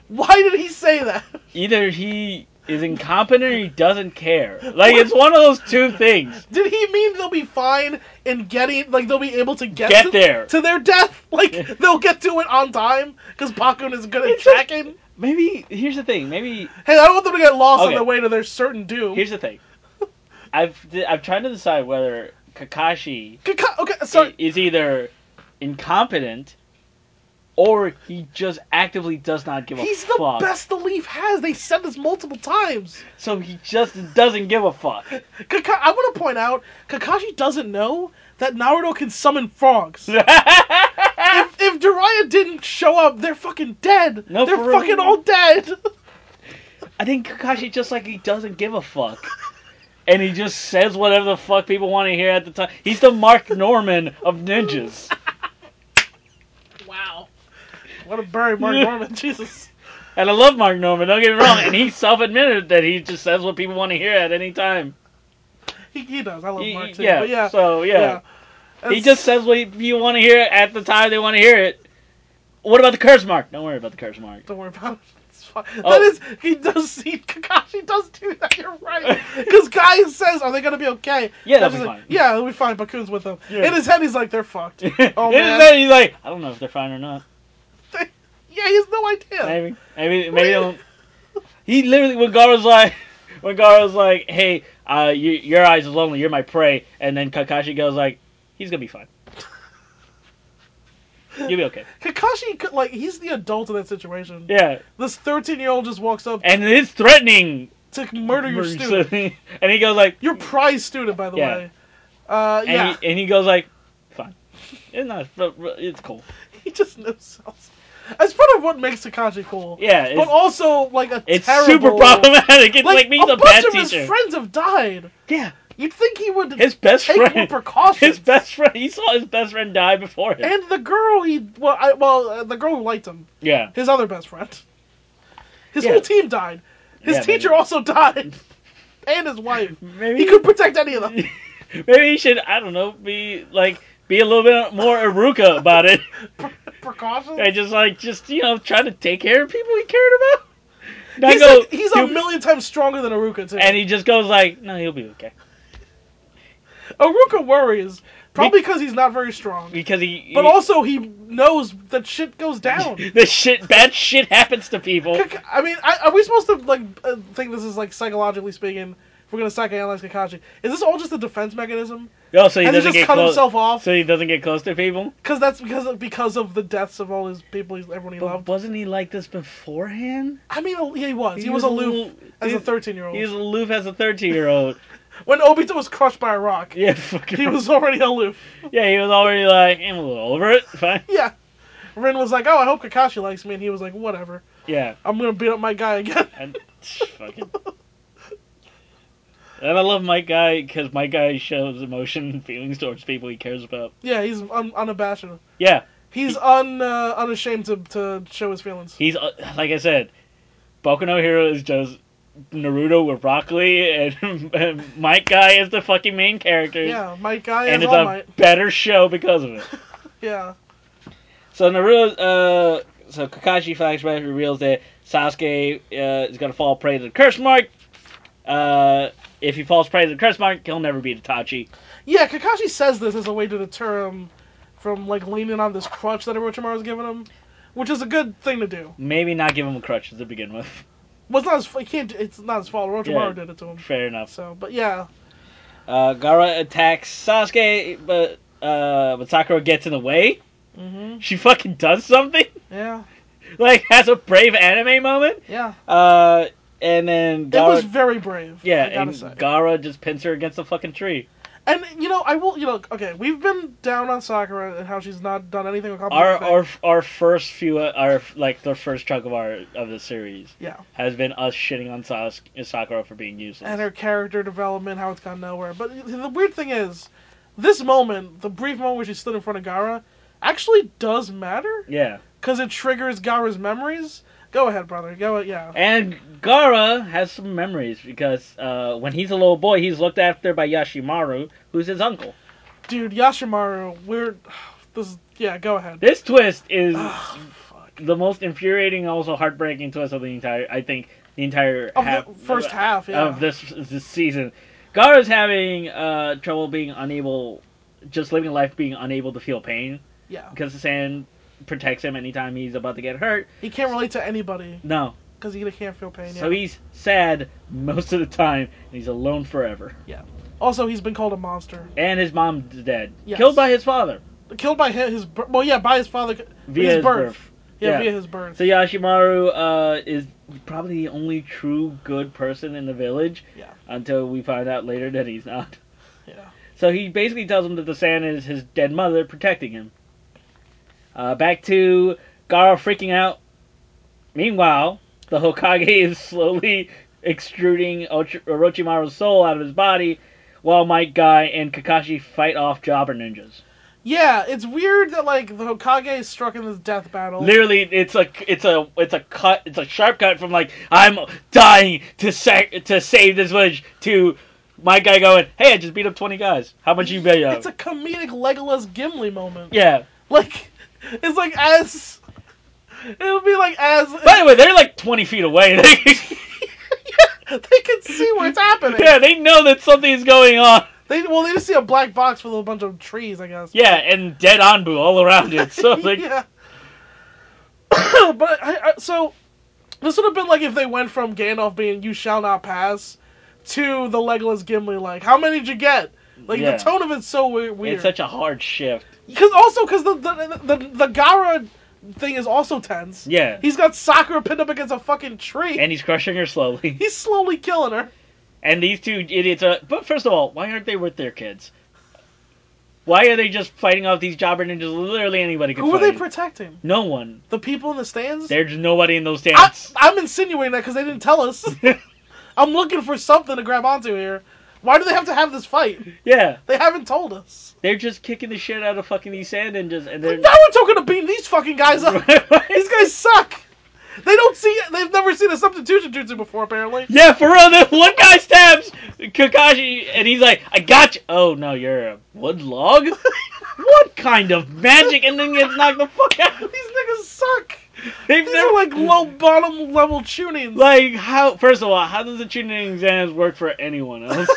B: Why did he say that? [laughs]
A: Either he is incompetent or he doesn't care. Like it's one of those two things.
B: Did he mean they'll be fine in getting, like, they'll be able to get,
A: Get
B: to,
A: there.
B: to their death? [laughs]
A: Yeah.
B: Like, they'll get to it on time because Bakun is good at
A: It's like-
B: tracking?
A: Maybe here's the thing. Maybe
B: Hey, I don't want them to get lost on
A: Okay.
B: their way to their certain doom.
A: here's the [laughs] thing. I've I've tried to decide whether Kakashi
B: Kaka- okay, sorry.
A: i- is either incompetent or he just actively does not give
B: He's
A: a
B: the
A: fuck.
B: best the Leaf has. They said this multiple times.
A: So he just doesn't give a fuck.
B: Kaka- I want to point out, Kakashi doesn't know that Naruto can summon
A: [laughs]
B: frogs. if, if Jiraiya didn't show up, they're fucking dead.
A: No,
B: they're
A: for real.
B: fucking all dead.
A: I think Kakashi just like he doesn't give a
B: [laughs]
A: fuck. And he just says whatever the fuck people want to hear at the time. He's the Mark Norman of ninjas.
B: wow. What a bury, Mark
A: Yeah.
B: Norman. [laughs] Jesus.
A: And I love Mark Norman, don't get me wrong. And he self admitted that he just says what people want to hear at any time.
B: He, he does. I love
A: He-
B: Mark
A: he-
B: too.
A: yeah,
B: but yeah,
A: So, yeah. He
B: That's-
A: just says what you want to hear at the time they want to hear it. What about the curse mark? Don't worry about the curse mark.
B: Don't worry about it. It's fine.
A: Oh.
B: That is, he does see [laughs] Kakashi does do that. You're right.
A: [laughs]
B: Because Guy says, "Are they gonna be okay?"
A: Yeah,
B: And
A: they'll
B: he's
A: be
B: like,
A: fine.
B: Yeah, they'll be fine. Bakun's with them.
A: Yeah.
B: In his head, he's like,
A: [laughs]
B: "They're fucked."
A: And
B: Oh, man.
A: then he's like, I don't know if they're fine or not.
B: yeah, he has no idea.
A: Maybe, maybe, maybe. they don't. He literally when Garo's like, when Garo's like, hey, uh, you, your eyes is lonely, you're my prey, and then Kakashi goes like, he's gonna be
B: [laughs]
A: fine. You'll be okay.
B: Kakashi, could- like, he's the adult in that situation.
A: Yeah,
B: This thirteen-year-old just walks up
A: and it is threatening.
B: to murder
A: [laughs]
B: your student,
A: and he goes like,
B: your prize student, by the
A: Yeah.
B: way. Uh,
A: and,
B: yeah,
A: he, and he goes like, fine. It's not, but- but it's cool.
B: [laughs] he just knows. That's part of what makes Kakashi cool.
A: Yeah,
B: but
A: it's,
B: also like a
A: it's
B: terrible.
A: super problematic. It's like,
B: Like,
A: being
B: a
A: a
B: bunch
A: bad
B: of
A: teacher.
B: his friends have died.
A: yeah,
B: You'd think he would
A: his best
B: take more
A: friend. [laughs]
B: precautions.
A: His best friend. He saw his best friend die before him.
B: and the girl he well, I, well, uh, the girl who liked him,
A: yeah.
B: his other best friend. His
A: Yeah.
B: whole team died. His
A: Yeah,
B: teacher
A: maybe.
B: also died, and his wife.
A: Maybe
B: He could protect any of them.
A: Maybe he should, I don't know, be like be a little bit more Aruka about
B: [laughs]
A: it.
B: Precautions.
A: I just like just you know try to take care of people he cared about. Not
B: he's
A: go,
B: like- he's a
A: "You-"
B: million times stronger than Aruka too.
A: and he just goes like, no, he'll be okay
B: Aruka worries probably because he's not very strong,
A: because he.
B: but
A: he-
B: also he knows that shit
A: [laughs]
B: goes down.
A: the shit, bad shit happens to people.
B: Kak- I mean, I, are we supposed to like uh, think this is like psychologically speaking? If we're gonna psychoanalyze Kakashi, is this all just a defense mechanism?
A: Oh, so he
B: Has he
A: doesn't
B: just
A: get
B: cut
A: close.
B: himself off?
A: So he doesn't get close to people.
B: Because that's because of, because of the deaths of all his people, he's, everyone he
A: But
B: loved.
A: wasn't he like this beforehand?
B: I mean, yeah, he was. He, was, aloof as a thirteen-year-old.
A: He was aloof as a thirteen-year-old. [laughs]
B: When Obito was crushed by a rock,
A: yeah, fucking.
B: he was already aloof.
A: Yeah, he was already like, I'm a little over it. [laughs] Fine.
B: Yeah. Rin was like, "Oh, I hope Kakashi likes me," and he was like, "Whatever.
A: Yeah.
B: I'm gonna beat up my guy again." [laughs]
A: [laughs] And fucking. And I love my guy because my guy shows emotion and feelings towards people he cares about.
B: yeah, he's un- unabashed.
A: Yeah,
B: He's un uh, unashamed to to show his feelings.
A: he's uh, like I said, Boku no Hero is just Naruto with Rock Lee, and, [laughs] and Mike Guy is the fucking main character.
B: Yeah, my guy
A: and
B: is
A: it's
B: all
A: a
B: might.
A: better show because of it.
B: Yeah.
A: So Naruto, uh, so Kakashi flashback reveals that Sasuke uh, is gonna fall prey to the curse mark. Uh, If he falls prey to the curse mark, he'll never be Itachi.
B: Yeah, Kakashi says this as a way to deter him from like leaning on this crutch that Orochimaru's giving him, which is a good thing to do.
A: Maybe not give him a crutch to begin with. [laughs]
B: Well, it's not his, he can't. It's not his fault. Orochimaru
A: Yeah.
B: did it to him.
A: Fair enough.
B: So, but yeah,
A: Uh, Gara attacks Sasuke, but uh, but Sakura gets in the way.
B: hmm
A: She fucking does something. [laughs]
B: yeah,
A: Like has a brave anime moment.
B: yeah.
A: Uh, and then Gara,
B: it was very brave.
A: yeah,
B: I gotta
A: and
B: say.
A: Gara just pins her against a fucking tree.
B: and you know, I will. You know, okay, we've been down on Sakura and how she's not done anything.
A: Our
B: complicated.
A: our our first few uh, our like the first chunk of our of the series
B: yeah,
A: has been us shitting on Sas- Sakura for being useless.
B: and her character development, how it's gone nowhere. But the weird thing is, this moment, the brief moment where she stood in front of Gara, actually does matter
A: yeah,
B: because it triggers Gara's memories. Go ahead, brother. Go yeah.
A: and Gara has some memories because uh, when he's a little boy, he's looked after by Yashimaru, who's his uncle.
B: Dude, Yashimaru, we're [sighs] this. is- Yeah, go ahead.
A: This twist is
B: Ugh, fuck.
A: the most infuriating, also heartbreaking twist of the entire. I think the entire
B: Of
A: half,
B: the first half, yeah.
A: of this this season. Gara's having uh, trouble being unable, just living life being unable to feel pain
B: yeah,
A: because the sand protects him anytime he's about to get hurt.
B: he can't relate to anybody
A: No,
B: because he can't feel pain. Yeah.
A: so he's sad most of the time, and he's alone forever.
B: also, he's been called a monster,
A: And his mom's dead,
B: Yes.
A: killed by his father
B: killed by his, his br- well, yeah, by his father.
A: via
B: His
A: his,
B: birth.
A: birth.
B: Yeah,
A: Yeah.
B: via his birth.
A: So Yashimaru uh, is probably the only true good person in the village.
B: Yeah.
A: Until we find out later that he's not.
B: Yeah.
A: So he basically tells him that the sand is his dead mother protecting him. Uh, back to Gara freaking out. Meanwhile, the Hokage [laughs] is slowly extruding Orochi- Orochimaru's soul out of his body, while Mike Guy and Kakashi fight off Jobber ninjas.
B: Yeah, it's weird that like the Hokage is struck in this death battle.
A: Literally, it's a it's a it's a cut. It's a sharp cut from like I'm dying to sac- to save this village to my guy going, hey, I just beat up twenty guys. How much you pay?
B: It's a comedic Legolas Gimli moment.
A: yeah.
B: Like, [laughs] it's like as it'll be like as
A: [laughs] By the way, they're like twenty feet away. [laughs]
B: [laughs] they can see where it's happening.
A: yeah, they know that something's going on.
B: They well, they just see a black box with a bunch of trees, I guess.
A: Yeah, and dead Anbu all around it.
B: [laughs]
A: So like,
B: yeah. [coughs] but I, I, so this would have been like if they went from Gandalf being "You shall not pass" to the Legolas Gimli, like "How many did you get?" Like
A: Yeah.
B: the tone of it's so we-
A: it's
B: weird.
A: such a hard shift.
B: Because also because the the, the the the Gara thing is also tense.
A: Yeah,
B: He's got Sakura pinned up against a fucking tree.
A: and he's crushing her slowly. [laughs]
B: He's slowly killing her.
A: And these two idiots are. But first of all, why aren't they with their kids? Why are they just fighting off these jobber ninjas? Literally anybody can
B: Who are
A: fight.
B: they protecting?
A: no one.
B: The people in the stands?
A: There's nobody in those
B: I,
A: stands.
B: I'm insinuating that because they didn't
A: [laughs]
B: tell us. I'm looking for something to grab onto here. Why do they have to have this fight?
A: yeah,
B: They haven't told us.
A: they're just kicking the shit out of fucking these sand ninjas, and
B: Like, [laughs]
A: they're.
B: now we're talking to beating these fucking guys up. these guys suck. They don't see. They've never seen a substitution jutsu before, apparently.
A: [laughs] Yeah, for real. That one guy stabs Kakashi, and he's like, "I got you." Oh no, you're a wood log. what kind of magic? And then gets knocked the fuck
B: These
A: out.
B: niggas suck.
A: They've
B: These
A: never
B: are like low bottom level tunings.
A: like how. First of all, how does the tuning exams work for anyone else?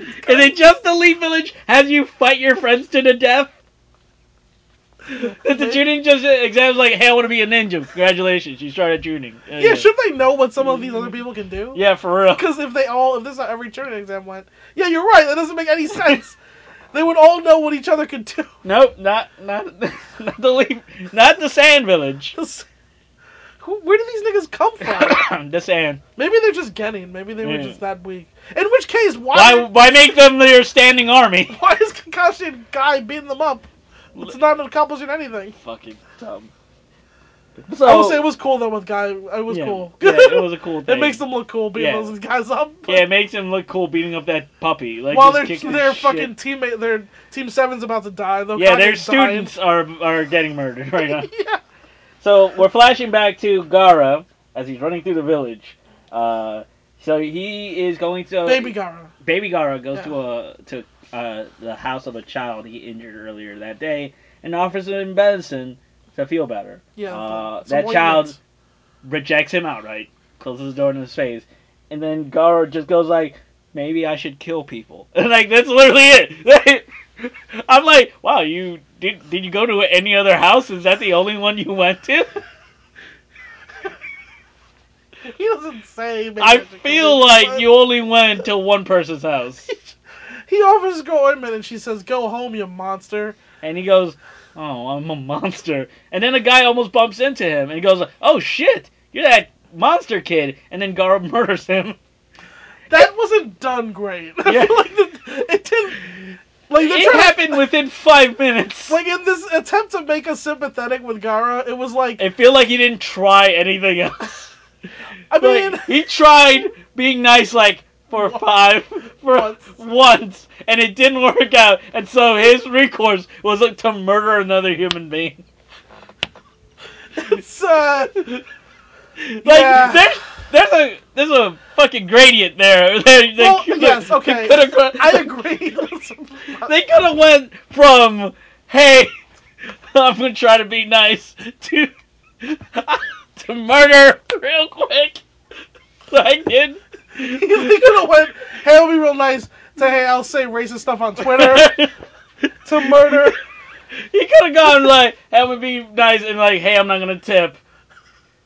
A: and then just the Leaf Village has you fight your friends to the death. That the tuning just exams like, hey, I want to be a ninja. Congratulations, you started tuning. There you
B: yeah,
A: go.
B: should they know what some of these other people can do?
A: Mm-hmm. Yeah, for real.
B: Because if they all, if this is how every tuning exam went, yeah, you're right. That doesn't
A: [laughs]
B: make any sense. they would all know what each other could do. [laughs]
A: Nope, not not [laughs] not the leaf, not the sand village. [coughs]
B: This- Who, where do these niggas come from?
A: the sand.
B: Maybe they're just getting. Maybe they were
A: Yeah.
B: just that weak. In which case, why?
A: Why why make them their standing
B: [laughs]
A: army?
B: Why is Kakashi and Guy beating them up? It's not accomplishing anything.
A: Fucking dumb.
B: I will say it was cool though with Guy. It was
A: yeah,
B: cool.
A: yeah, it was a cool thing.
B: [laughs] It makes them look cool beating
A: Yeah.
B: those guys up.
A: yeah, it makes them look cool beating up that puppy. Like
B: [laughs] While
A: just
B: their
A: kicking
B: their
A: the shit.
B: fucking teammate, their team seven's about to die. Though
A: yeah,
B: Kage's
A: their
B: dying.
A: students are are getting murdered right now.
B: [laughs]
A: [laughs]
B: yeah.
A: So we're flashing back to Gara as he's running through the village. Uh, so he is going to
B: Baby Gara.
A: Baby Gara goes
B: Yeah.
A: to a to uh, the house of a child he injured earlier that day and offers him medicine to feel better.
B: Yeah.
A: Uh,
B: some
A: that
B: ointment.
A: child rejects him outright, closes the door in his face, and then Gara just goes like, maybe I should kill people. [laughs] like that's literally it. [laughs] I'm like, wow, you did did you go to any other house? Is that the only one you went to?
B: [laughs] He doesn't say. maybe
A: I
B: should kill
A: feel
B: people,
A: like
B: but-
A: you only went to one person's house.
B: He offers to go ointment, and she says, "Go home, you monster."
A: And he goes, Oh, I'm a monster. And then a guy almost bumps into him and he goes, Oh shit, you're that monster kid and then Garb [laughs] murders him.
B: That wasn't done great. [laughs] I
A: Yeah.
B: feel like the, it didn't. Like they're
A: It
B: trying to-
A: happened within five minutes.
B: Like in this attempt to make us sympathetic with Gara, it was like
A: I feel like he didn't try anything else.
B: [laughs] I
A: [laughs]
B: mean, [laughs]
A: Like, he tried being nice like for five for
B: Once.
A: once. and it didn't work out and so his recourse was like, to murder another human being. [laughs]
B: it's uh,
A: Like
B: Yeah.
A: there's there's a there's a fucking gradient there. [laughs] They, they
B: Well,
A: coulda-
B: yes,
A: they
B: okay.
A: coulda gro-
B: I agree. Uh, [laughs]
A: they could have went from hey [laughs] i'm gonna try to be nice to [laughs] to murder real quick [laughs] like did
B: they could have went, "Hey, I'll be real nice." To hey, I'll say racist stuff on [laughs] Twitter. to [laughs] murder.
A: [laughs] he could have gone like that would be nice and like hey i'm not gonna tip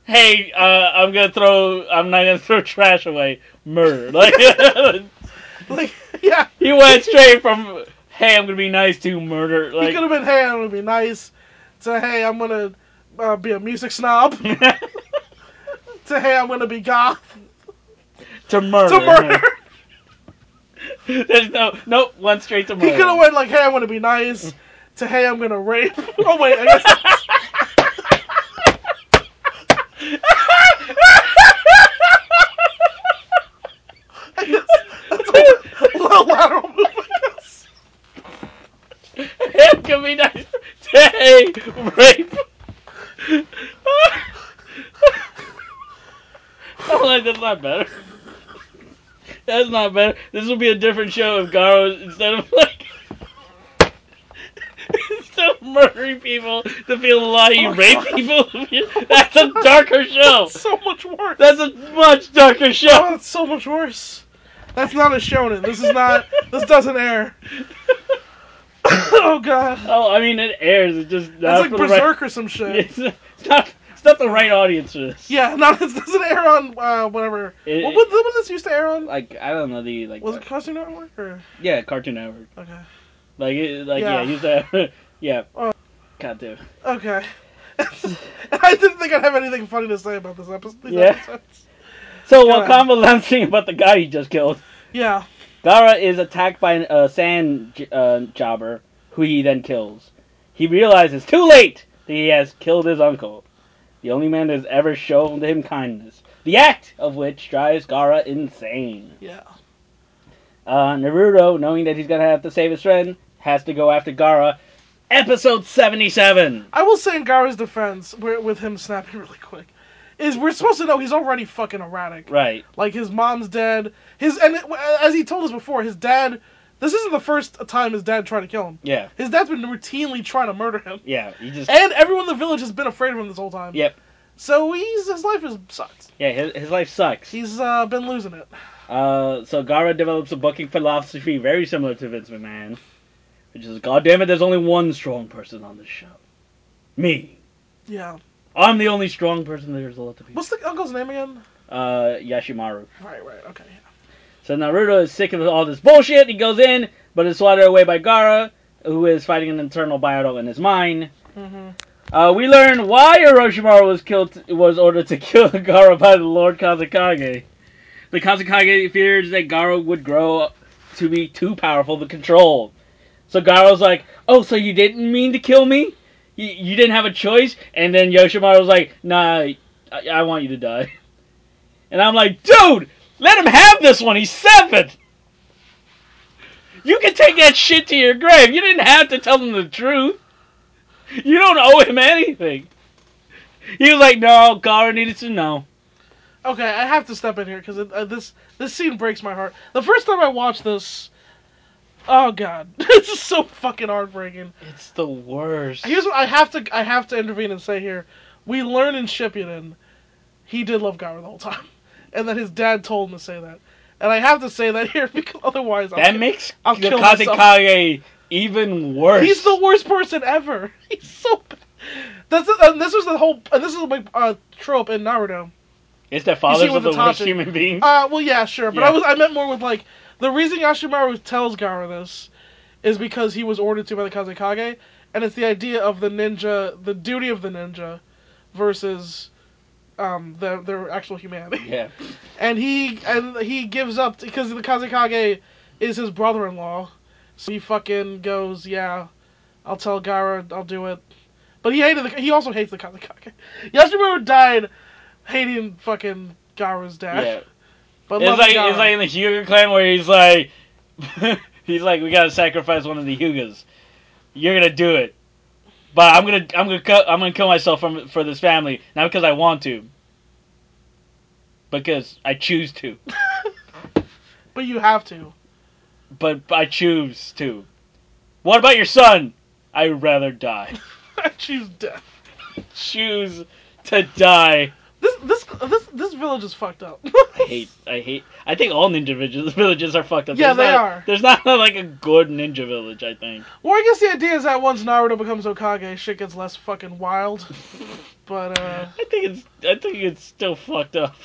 A: hey uh, i'm gonna throw i'm not gonna [laughs] throw trash away murder [laughs] like
B: Like, yeah,
A: he went straight from hey i'm gonna be nice to murder
B: he could
A: like
B: have been, "Hey, I'm gonna be nice." To hey, I'm gonna uh, be a music snob. [laughs] to hey, I'm gonna be goth.
A: [laughs] to murder
B: To murder.
A: [laughs] There's no nope, went straight to
B: He
A: murder.
B: could have went like, "Hey, I'm gonna be nice," to "Hey, I'm gonna rape." [laughs] oh wait, I guess that's a little lateral move. I guess.
A: It could be nice Hey, rape. [laughs] I'm like, that's not better. That's not better. This would be a different show if Garo instead of like [laughs] instead of murdering people to feel alive, you
B: Oh, [laughs]
A: rape
B: God.
A: people. [laughs] That's a darker show.
B: That's so much worse.
A: That's a much darker
B: oh,
A: show.
B: that's so much worse. That's not a shonen. This is not. This doesn't air. oh god.
A: Oh, I mean, it airs. It's just
B: That's
A: not
B: like
A: for the right.
B: Berserk or some shit.
A: [laughs] It's not. It's not the right audience for this.
B: Yeah, [laughs] no, this doesn't air on uh, whatever.
A: It-
B: what, what, what was this used to air on?
A: Like I don't know the like.
B: Was it Cartoon Network or
A: Yeah, Cartoon Network.
B: okay?
A: Like, it, like
B: Yeah.
A: yeah, use that. [laughs] yeah.
B: Oh.
A: God damn.
B: Okay. [laughs] I didn't think I'd have anything funny to say about this episode. These
A: Yeah.
B: [laughs] episodes.
A: So
B: Yeah.
A: Wakamba learns something about the guy he just killed.
B: Yeah.
A: Gara is attacked by a uh, sand j- uh, jobber, who he then kills. He realizes too late that he has killed his uncle, the only man that has ever shown him kindness. The act of which drives Gara insane.
B: Yeah.
A: Uh, Naruto, knowing that he's gonna have to save his friend, has to go after Gara. Episode seventy-seven.
B: I will say in Gara's defense, where, with him snapping [laughs] really quick, is we're supposed to know he's already fucking erratic.
A: Right.
B: Like his mom's dead. His and it, as he told us before, his dad. This isn't the first time his dad tried to kill him.
A: Yeah.
B: His dad's been routinely trying to murder him,
A: Yeah. He just.
B: and everyone in the village has been afraid of him this whole time.
A: Yep.
B: So he's his life is sucks.
A: Yeah. His, his life sucks.
B: He's uh, been losing it.
A: Uh, so Gara develops a booking philosophy very similar to Vince McMahon, which is, God damn it, there's only one strong person on this show, me.
B: Yeah.
A: I'm the only strong person. There's a lot of people.
B: What's the uncle's name again?
A: Uh, Yashimaru.
B: Right. Right. Okay.
A: So Naruto is sick of all this bullshit. He goes in, but is swatted away by Gara, who is fighting an internal battle in his mind.
B: Mm-hmm.
A: Uh, we learn why Orochimaru was killed was ordered to [laughs] kill Gara by the Lord Kazekage. The Kazekage fears that Gara would grow to be too powerful to control. So Gara's like, "Oh, so you didn't mean to kill me? You, you didn't have a choice?" And then Yoshimaru was like, "Nah, I, I want you to die." [laughs] And I'm like, "Dude, let him have this one. He's seven. You can take that shit to your grave. You didn't have to tell him the truth." You don't owe him anything. He was like, no, Gara needed to know.
B: Okay, I have to step in here because uh, this this scene breaks my heart. The first time I watched this, oh god, [laughs] this is so fucking heartbreaking.
A: It's the worst.
B: Here's what I have to I have to intervene and say here: we [laughs] learn in Shippuden, he did love Gara the whole time, and that his dad told him to say that. and I have to say that [laughs] here because otherwise I'll
A: That
B: get-
A: makes
B: I'll
A: the
B: kill myself.
A: Kazekage even worse.
B: He's the worst person ever. [laughs] He's so bad. That's the, and this was the whole and this is my uh, trope in Naruto.
A: it's the fathers
B: with
A: of the worst
B: Itachi.
A: human beings.
B: Uh well yeah, sure, but
A: Yeah.
B: I was I meant more with like the reason Yashimaru tells Gaara this is because he was ordered to by the Kazekage and it's the idea of the ninja, the duty of the ninja versus um their their actual humanity.
A: yeah.
B: And he and he gives up because the Kazekage is his brother-in-law. So he fucking goes, yeah, I'll tell Gara, I'll do it. But he hated the. He also hates the Kazekage. [laughs] Yashimaru died hating fucking Gara's dad.
A: Yeah.
B: But
A: It's
B: loving
A: like
B: Gaara.
A: it's like in the Hyuga clan where he's like [laughs] he's like we gotta sacrifice one of the Hyugas. You're gonna do it, but I'm gonna I'm gonna cut I'm gonna kill myself from for this family not because I want to, because I choose to.
B: but you have to. [laughs]
A: But I choose to. What about your son? I'd rather [laughs] die.
B: I choose death.
A: choose to die.
B: This this this this village is fucked up. [laughs]
A: I hate. I hate. I think all ninja villages, villages are fucked up.
B: Yeah,
A: There's
B: they
A: not-
B: are.
A: There's not like a good ninja village. I think.
B: well, I guess the idea is that once Naruto becomes Okage, shit gets less
A: [laughs]
B: fucking wild. But uh,
A: I think it's I think it's still fucked up.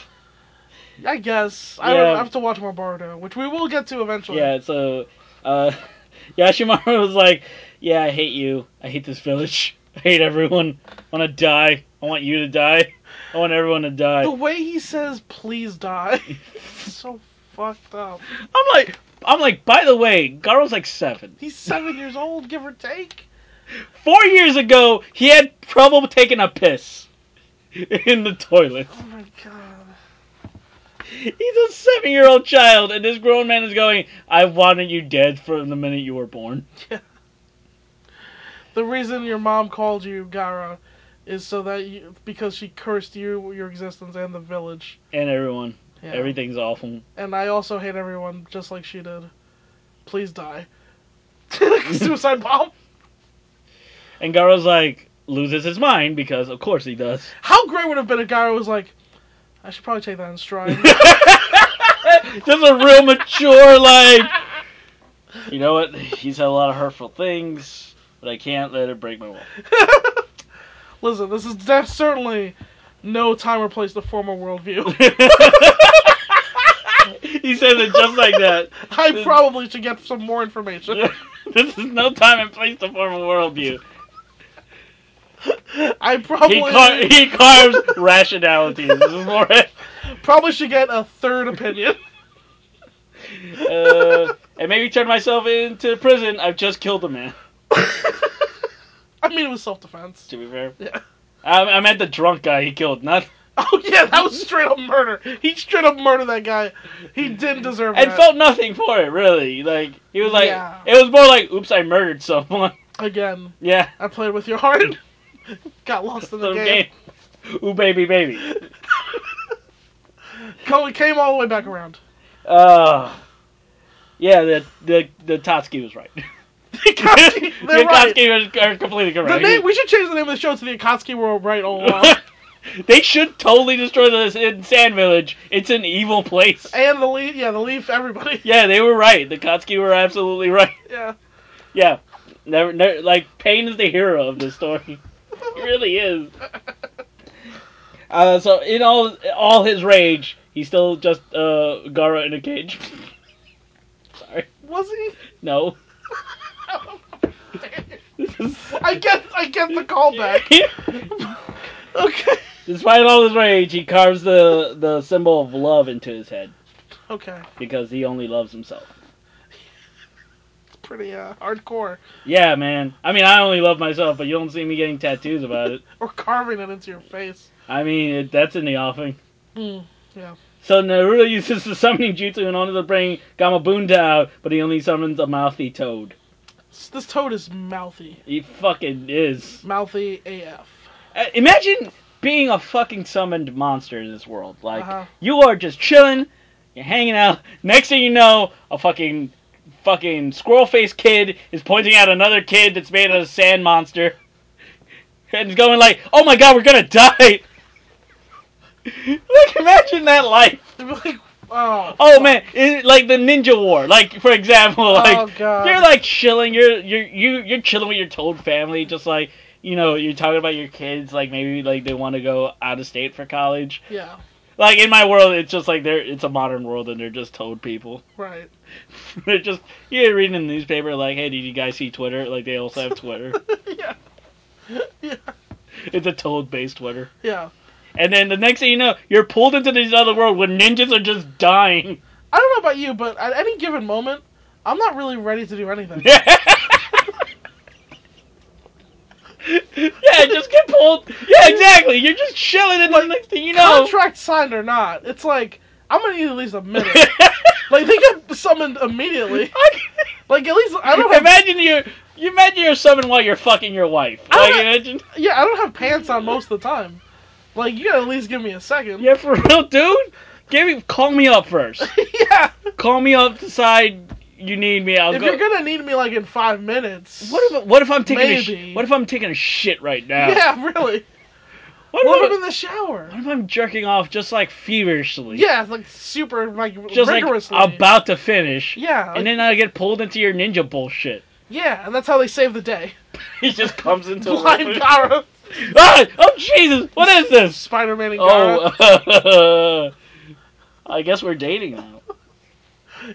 B: I guess I don't
A: Yeah.
B: I have to watch more Boruto, which we will get to eventually.
A: Yeah, so uh [laughs] Yashimaru was like, Yeah, I hate you. I hate this village. I hate everyone. I wanna die. I want you to die. I want everyone to die.
B: The
A: [laughs]
B: way he says "please die" [laughs] is so fucked up.
A: I'm like I'm like, by the way, Garo's like seven.
B: He's seven years old, give or take.
A: Four years ago he had trouble taking a piss [laughs] in the toilet.
B: Oh my god.
A: He's a seven year old child and this grown man is going, I wanted you dead from the minute you were born.
B: The reason your mom called you Gara is so that you because she cursed you, your existence, and the village.
A: And everyone.
B: Yeah.
A: Everything's awful.
B: And I also hate everyone just like she did. Please die. [laughs] Suicide bomb.
A: And Garo's like loses his mind because of course he
B: [laughs]
A: does. [laughs]
B: How great would it have been if Gara was like, I should probably take that in stride.
A: [laughs] Just a real mature like You know what? He's had a lot of hurtful things, but I can't let it break my will.
B: Listen, this is def- certainly no time or place to form a worldview.
A: [laughs]
B: [laughs]
A: he says it just like that.
B: [laughs] I probably should get some more information.
A: [laughs] this is no time and place to form a worldview.
B: [laughs] I
A: He,
B: probably
A: car- he carves [laughs] rationality. This is more.
B: [laughs] probably should get a
A: [laughs]
B: third opinion.
A: Uh, and maybe turn myself into prison. I've just killed a man.
B: I mean, it was self defense.
A: To be fair,
B: Yeah.
A: I, I meant the drunk guy he killed, not
B: Oh yeah, that was straight up murder. He straight up murdered that guy. He didn't deserve
A: and
B: that.
A: felt nothing for it really like he was like
B: Yeah.
A: it was more like oops i murdered someone [laughs]
B: Again, [laughs]
A: yeah
B: I played with your heart. [laughs] Got lost in the
A: so
B: game.
A: game. ooh baby baby
B: Co- It came all the way back around.
A: uh yeah the the the Totsky was right [laughs]
B: Akatsuki,
A: the
B: [laughs] they're right.
A: Totsky was are completely
B: The
A: correct
B: name, we should change the name of the show to the Akatsuki were right
A: [laughs]
B: all along.
A: they should totally destroy this in sand village it's an evil place
B: and the leaf, yeah, the leaf, everybody. [laughs]
A: yeah they were right the Kotsky were absolutely [laughs] right
B: Yeah. [laughs]
A: yeah never, never like pain is the hero of this story He really is. Uh, so in all all his rage, he's still just uh, Gara in a cage. [laughs] Sorry,
B: Was he? [laughs]
A: no.
B: I get, I get
A: [laughs]
B: the callback. Okay.
A: Despite all his rage, he carves the the symbol of love into his head
B: Okay.
A: because he only loves himself.
B: It's pretty uh, hardcore.
A: Yeah, man. I mean, I only love myself, but you don't see me getting tattoos about it.
B: Or carving it into your face.
A: I mean, it, that's in the offing.
B: Mm, yeah.
A: So [laughs] Naruto uses the summoning jutsu in order to bring Gamabunda out, but he only summons a mouthy toad.
B: S- This toad is mouthy.
A: He fucking is.
B: Mouthy AF.
A: Uh, imagine being a fucking summoned monster in this world. Like
B: Uh-huh.
A: you are just chilling, you're hanging out. [laughs] Next thing you know, a fucking fucking squirrel faced kid is pointing out another kid that's made out of sand monster, [laughs] and is going like, "Oh my god, we're gonna die." [laughs] like imagine that life.
B: They'd be [laughs] like, Oh,
A: Oh man, it, like the Ninja War. Like for example, [laughs] like
B: Oh, God.
A: you're like chilling. You're you're you you're chilling with your Toad family. Just like you know, you're talking about your kids. Like maybe like they want to go out of state for college.
B: yeah,
A: Like in my world, it's just like they're it's a modern world and they're just Toad people. [laughs]
B: right. [laughs]
A: they're just you're reading in the newspaper like, hey, did you guys see Twitter? Like they also have
B: [laughs]
A: Twitter.
B: yeah, yeah,
A: it's a Toad based Twitter.
B: yeah.
A: And then the next thing you know, you're pulled into this other world where ninjas are just dying.
B: I don't know about you, but at any given moment, I'm not really ready to
A: [laughs]
B: do anything.
A: yeah, just get pulled. Yeah, exactly. You're just chilling, and the next thing you know, [laughs]
B: Contract signed or not, it's like I'm gonna need at least a minute.
A: [laughs]
B: like they get summoned immediately. Like at least I don't have
A: imagine you. You imagine you're summoned while you're fucking your wife.
B: I
A: Like,
B: don't-
A: imagine.
B: yeah I don't have pants on most of the time. Like you gotta at least give me a second.
A: Yeah, for real, dude. Give me. Call me up first.
B: [laughs] yeah.
A: call me up. Decide you need me. I'll
B: if
A: go.
B: you're gonna need me like in five minutes.
A: what if What if I'm taking a sh-
B: Maybe.
A: What if I'm taking a shit right now?
B: Yeah, really.
A: What if,
B: What if
A: I'm,
B: I'm in the shower?
A: what if I'm jerking off just like feverishly?
B: Yeah, like super like
A: Just like
B: rigorously.
A: about to finish.
B: yeah, like-
A: And then I get pulled into your ninja bullshit.
B: yeah, and that's how they save the day.
A: [laughs] He just comes [laughs] into
B: [laughs] Blind Gara,
A: Ah! Oh Jesus! What is this?
B: Spider-Man and Gara.
A: Oh, [laughs] I guess we're dating [laughs] now.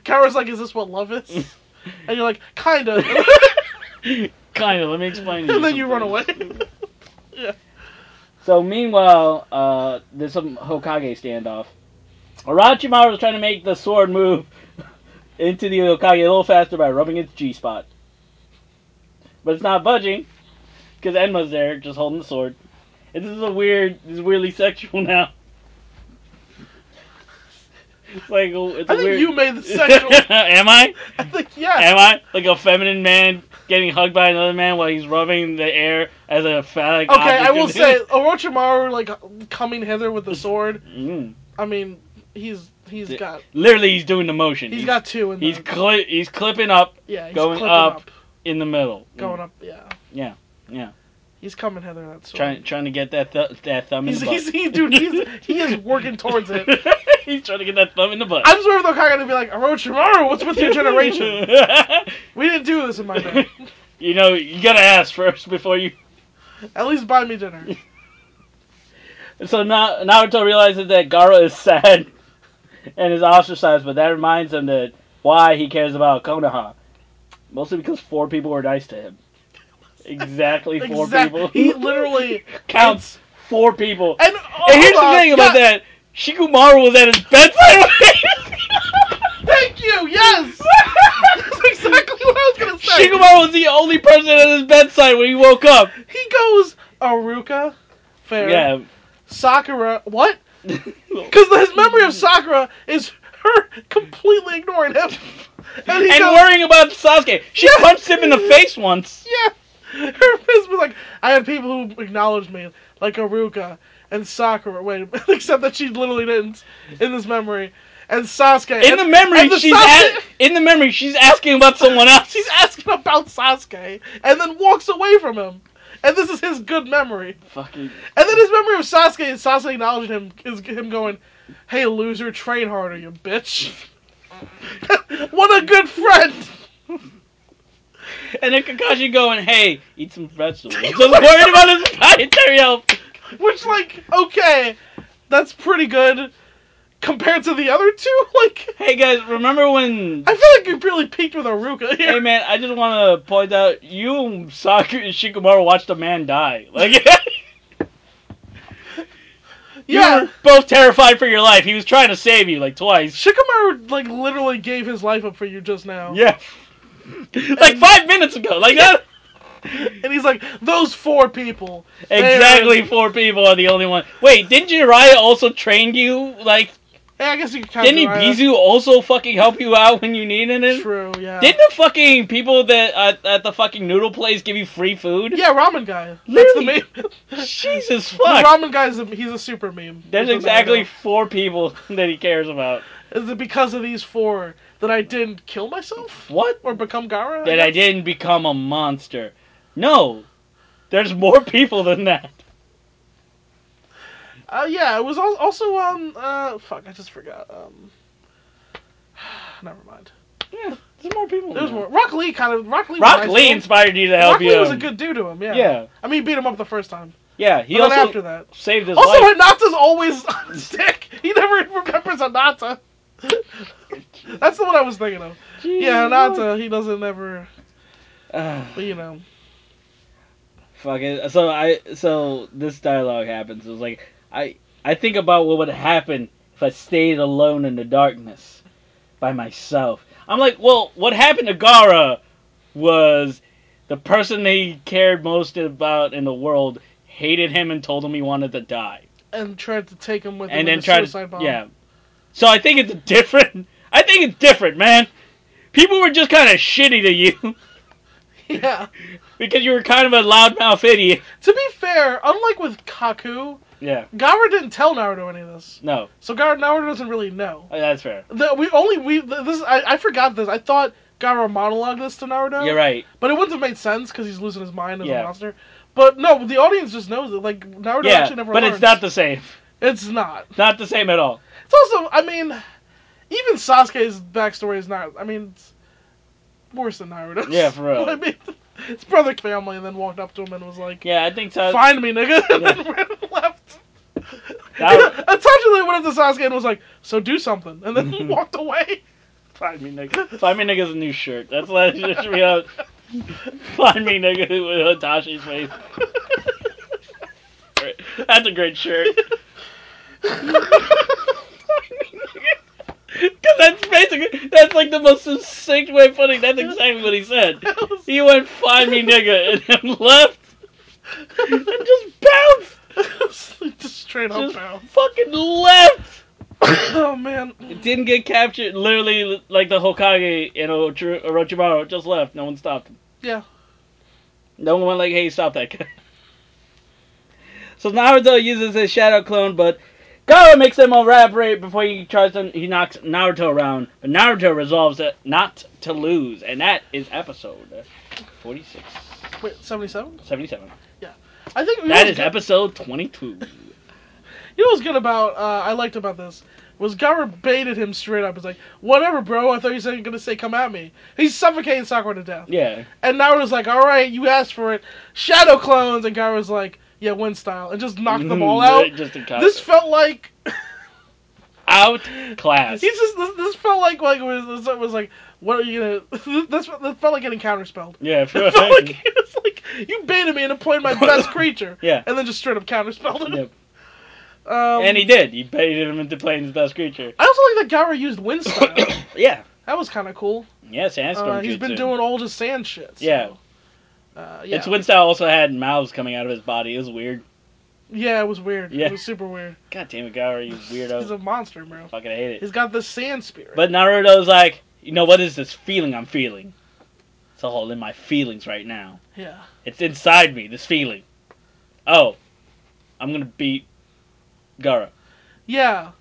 B: Gara's like, "Is this what
A: [laughs]
B: love is?" and you're like, "Kinda,"
A: kind of. Let me [laughs] explain. to
B: and then you run
A: something.
B: away.
A: So meanwhile, uh, there's some Hokage standoff. Orochimaru is trying to make the sword move [laughs] into the Hokage a little faster by rubbing its G spot, but it's not budging because Enma's there, just holding the sword. And this is a weird, this is weirdly [laughs] sexual now. It's like oh, it's a
B: I think
A: weird...
B: you made
A: [laughs]
B: the sexual.
A: Am I?
B: I think yeah.
A: Am I like a feminine man getting hugged by another man while he's rubbing the air as a phallic?
B: Okay, I
A: object
B: will
A: is-
B: say Orochimaru like coming hither with the sword.
A: Mm.
B: I mean, he's he's
A: Yeah.
B: got
A: Literally, he's doing the motion.
B: he's got two in
A: he's
B: there.
A: cli- he's clipping up
B: yeah, he's
A: going
B: clipping
A: up.
B: up,
A: in the middle,
B: going up. Yeah,
A: Yeah, yeah.
B: he's coming hither. That's
A: trying trying to get that th- that thumb
B: He's,
A: in the butt.
B: he's he,
A: [laughs]
B: dude, he's he is working towards it.
A: he's trying to get that thumb in the butt.
B: I'm sure the Hokage would be like, Orochimaru, what's with your generation?
A: [laughs]
B: We didn't do this in my day.
A: you know, you gotta ask first before you
B: At least buy me dinner.
A: So now Naruto realizes that Gara is sad [laughs] and is ostracized, but that reminds him that why he cares about Konoha. Mostly because four people were nice to him. Exactly four people.
B: Exactly. He [laughs] literally
A: counts [laughs] four people.
B: and, oh,
A: and here's the
B: hold on.
A: thing about
B: Yeah,
A: that: Shikumaru was at his bedside. [laughs]
B: Thank you. Yes. That's exactly what I was gonna say.
A: Shikumaru was the only person at his bedside when he woke up.
B: he goes Aruka, fair.
A: Yeah.
B: Sakura, what? Because his memory of Sakura is her completely ignoring him, [laughs] and he
A: And
B: goes,
A: worrying about Sasuke. She
B: Yeah.
A: punched him in the face once.
B: Yeah. Her husband's like, I had people who acknowledged me, like Aruka and Sakura. Wait, [laughs] except that she literally didn't in this memory. And Sasuke.
A: In
B: and-
A: the memory,
B: and the
A: she's
B: Sasuke-
A: a- in the memory, she's asking about someone
B: [laughs]
A: else.
B: she's asking about Sasuke and then walks away from him. And this is his good memory.
A: [laughs] Fucking.
B: And then his memory of Sasuke and Sasuke acknowledging him is him going, Hey, loser, train harder, you bitch. [laughs] what a good friend!
A: And then Kakashi going, hey, eat some
B: [laughs]
A: vegetables. Just worried about his dietary health.
B: Which, like, okay, that's pretty good compared to the other two. [laughs] Like,
A: Hey guys, remember when?
B: I feel like you really peaked with Aruka
A: Hey
B: here.
A: man, I just want to point out you, and Sakura, and Shikamaru watched a man die. Like, [laughs]
B: [laughs]
A: you
B: yeah,
A: were both terrified for your life. He was trying to save you like twice.
B: [laughs] Shikamaru like literally gave his life up for you just now.
A: Yeah. [laughs] like five minutes ago. Like
B: [laughs]
A: that.
B: and he's like, those four people.
A: Exactly four people are the only one. Wait, didn't Jiraiya also train you? Like,
B: Hey, I guess you could count
A: didn't
B: Jiraiya.
A: Ibizu also fucking help you out when you needed it?
B: True, yeah.
A: Didn't the fucking people that at, at the fucking noodle place give you free food?
B: yeah, ramen guy. That's
A: [laughs]
B: the [laughs]
A: Literally.
B: meme.
A: Jesus
B: The
A: fuck.
B: ramen guy is a, he's a super meme.
A: There's
B: He's a
A: exactly
B: meme.
A: four people [laughs] that he cares about.
B: Is it because of these four that I didn't kill myself
A: What?
B: or become Gara?
A: That I didn't become a monster. No. There's more people than that.
B: Uh, yeah, it was al- also um [sighs] uh fuck, I just forgot um Never mind.
A: Yeah, there's more people.
B: There's
A: now.
B: more. Rock Lee kind of. Rock Lee. was
A: Rock
B: nice
A: Lee
B: to him.
A: inspired you to help
B: Rock
A: you.
B: Lee was a good dude to him. Yeah.
A: Yeah.
B: I mean, he beat him up the first time.
A: Yeah, he
B: but
A: also
B: then after that.
A: saved his
B: Also,
A: life.
B: Hinata's always [laughs] on his dick. He never remembers Hinata. That's the one I was thinking of. Yeah, Hinata. He doesn't ever.
A: Ah,
B: But you know.
A: fuck it. So I so this dialogue happens. It was like I I think about what would happen if I stayed alone in the darkness by myself. I'm like, well, what happened to Gara was the person that he cared most about in the world hated him and told him he wanted to die.
B: And tried to take him with him
A: and
B: with
A: then
B: a
A: try to
B: suicide bomb.
A: yeah. So I think it's different. [laughs] I think it's different, man. People were just kind of shitty to you
B: [laughs]
A: [laughs]
B: Yeah.
A: because you were kind of a loudmouth idiot.
B: To be fair, unlike with Kaku,
A: Yeah.
B: Gara didn't tell Naruto any of this,
A: No, uh,
B: so Gara Naruto doesn't really know.
A: that's fair.
B: The, we only we th- this I, I forgot this. I thought Gara monologued this to Naruto.
A: You're right.
B: But it wouldn't have made sense because he's losing his mind as
A: Yeah.
B: a monster. But no, the audience just knows it. Like Naruto
A: Yeah,
B: actually
A: but
B: never.
A: it's
B: learns.
A: not the same. [laughs]
B: It's not.
A: Not the same at all.
B: It's also. I mean, even Sasuke's backstory is not. I mean, it's worse than Naruto's.
A: Yeah,
B: [laughs]
A: for real.
B: I mean, his brother family and then walked up to him and was like,
A: Yeah, I think so.
B: "Find me, nigga," [laughs] and
A: Yeah.
B: then ran and left. [laughs]
A: That-
B: Yeah, Essentially, went up to Sasuke and was like, "So do something," and
A: Mm-hmm.
B: then walked away. [laughs]
A: Find me, nigga. Find me, nigga's a new shirt. That's what it should be [laughs] out. Find me, nigga, with Hatashi's face. That's a great [laughs] shirt. Because that's basically, that's like the most succinct way of putting it. That's exactly what he said. He went, find me, nigga, and [laughs] then left and just bounced.
B: just straight up
A: Just
B: down.
A: fucking left.
B: oh man.
A: It didn't get captured. Literally, like the Hokage and Orochi- Orochimaru just left. No one stopped him.
B: Yeah.
A: No one went like, hey, stop that guy. [laughs] So Naruto uses his shadow clone, but Gaara makes him elaborate before he tries to. He knocks Naruto around, but Naruto resolves that not to lose, and that is episode 46,
B: Wait, seventy-seven.
A: 77.
B: I think you know
A: That
B: what's
A: is
B: good-
A: episode 22.
B: You know what's good about uh, I liked about this was Gara baited him straight up. He's like, "Whatever, bro. I thought you said you're gonna say come at me." He's suffocating Sakura to death,
A: Yeah.
B: and Naruto's like, "All right, you asked for it." Shadow clones, and Gara's like, "Yeah, win style," and just knocked
A: Mm-hmm.
B: them all out.
A: Mhm. Just in
B: This felt like
A: outclassed.
B: he's just this, this felt like like it was, it was like, "What are you gonna?" [laughs] This, this felt like getting counterspelled.
A: [laughs] Yeah.
B: [laughs] It felt like he was like, "You baited me into playing my best creature,"
A: yeah.
B: and then just straight up counterspelled him.
A: Yep.
B: Um,
A: and he did. He baited him into playing his best creature. [coughs]
B: I also like that Gara used wind style.
A: Yeah.
B: That was kind of cool.
A: Yeah, Sandstorm
B: Uh, he's
A: Jutsu.
B: been doing all just sand shit. so,
A: Yeah.
B: Uh, yeah.
A: It's when Sal also had mouths coming out of his body. It was weird.
B: yeah, it was weird.
A: Yeah.
B: It was super weird.
A: God damn it, Gaara, you
B: He's
A: weirdo.
B: a monster, bro.
A: Fucking hate it.
B: He's got the sand spirit.
A: But Naruto's like, you know, what is this feeling I'm feeling? It's all in my feelings right now.
B: yeah.
A: It's inside me, this feeling. Oh, I'm gonna beat Gara.
B: Yeah.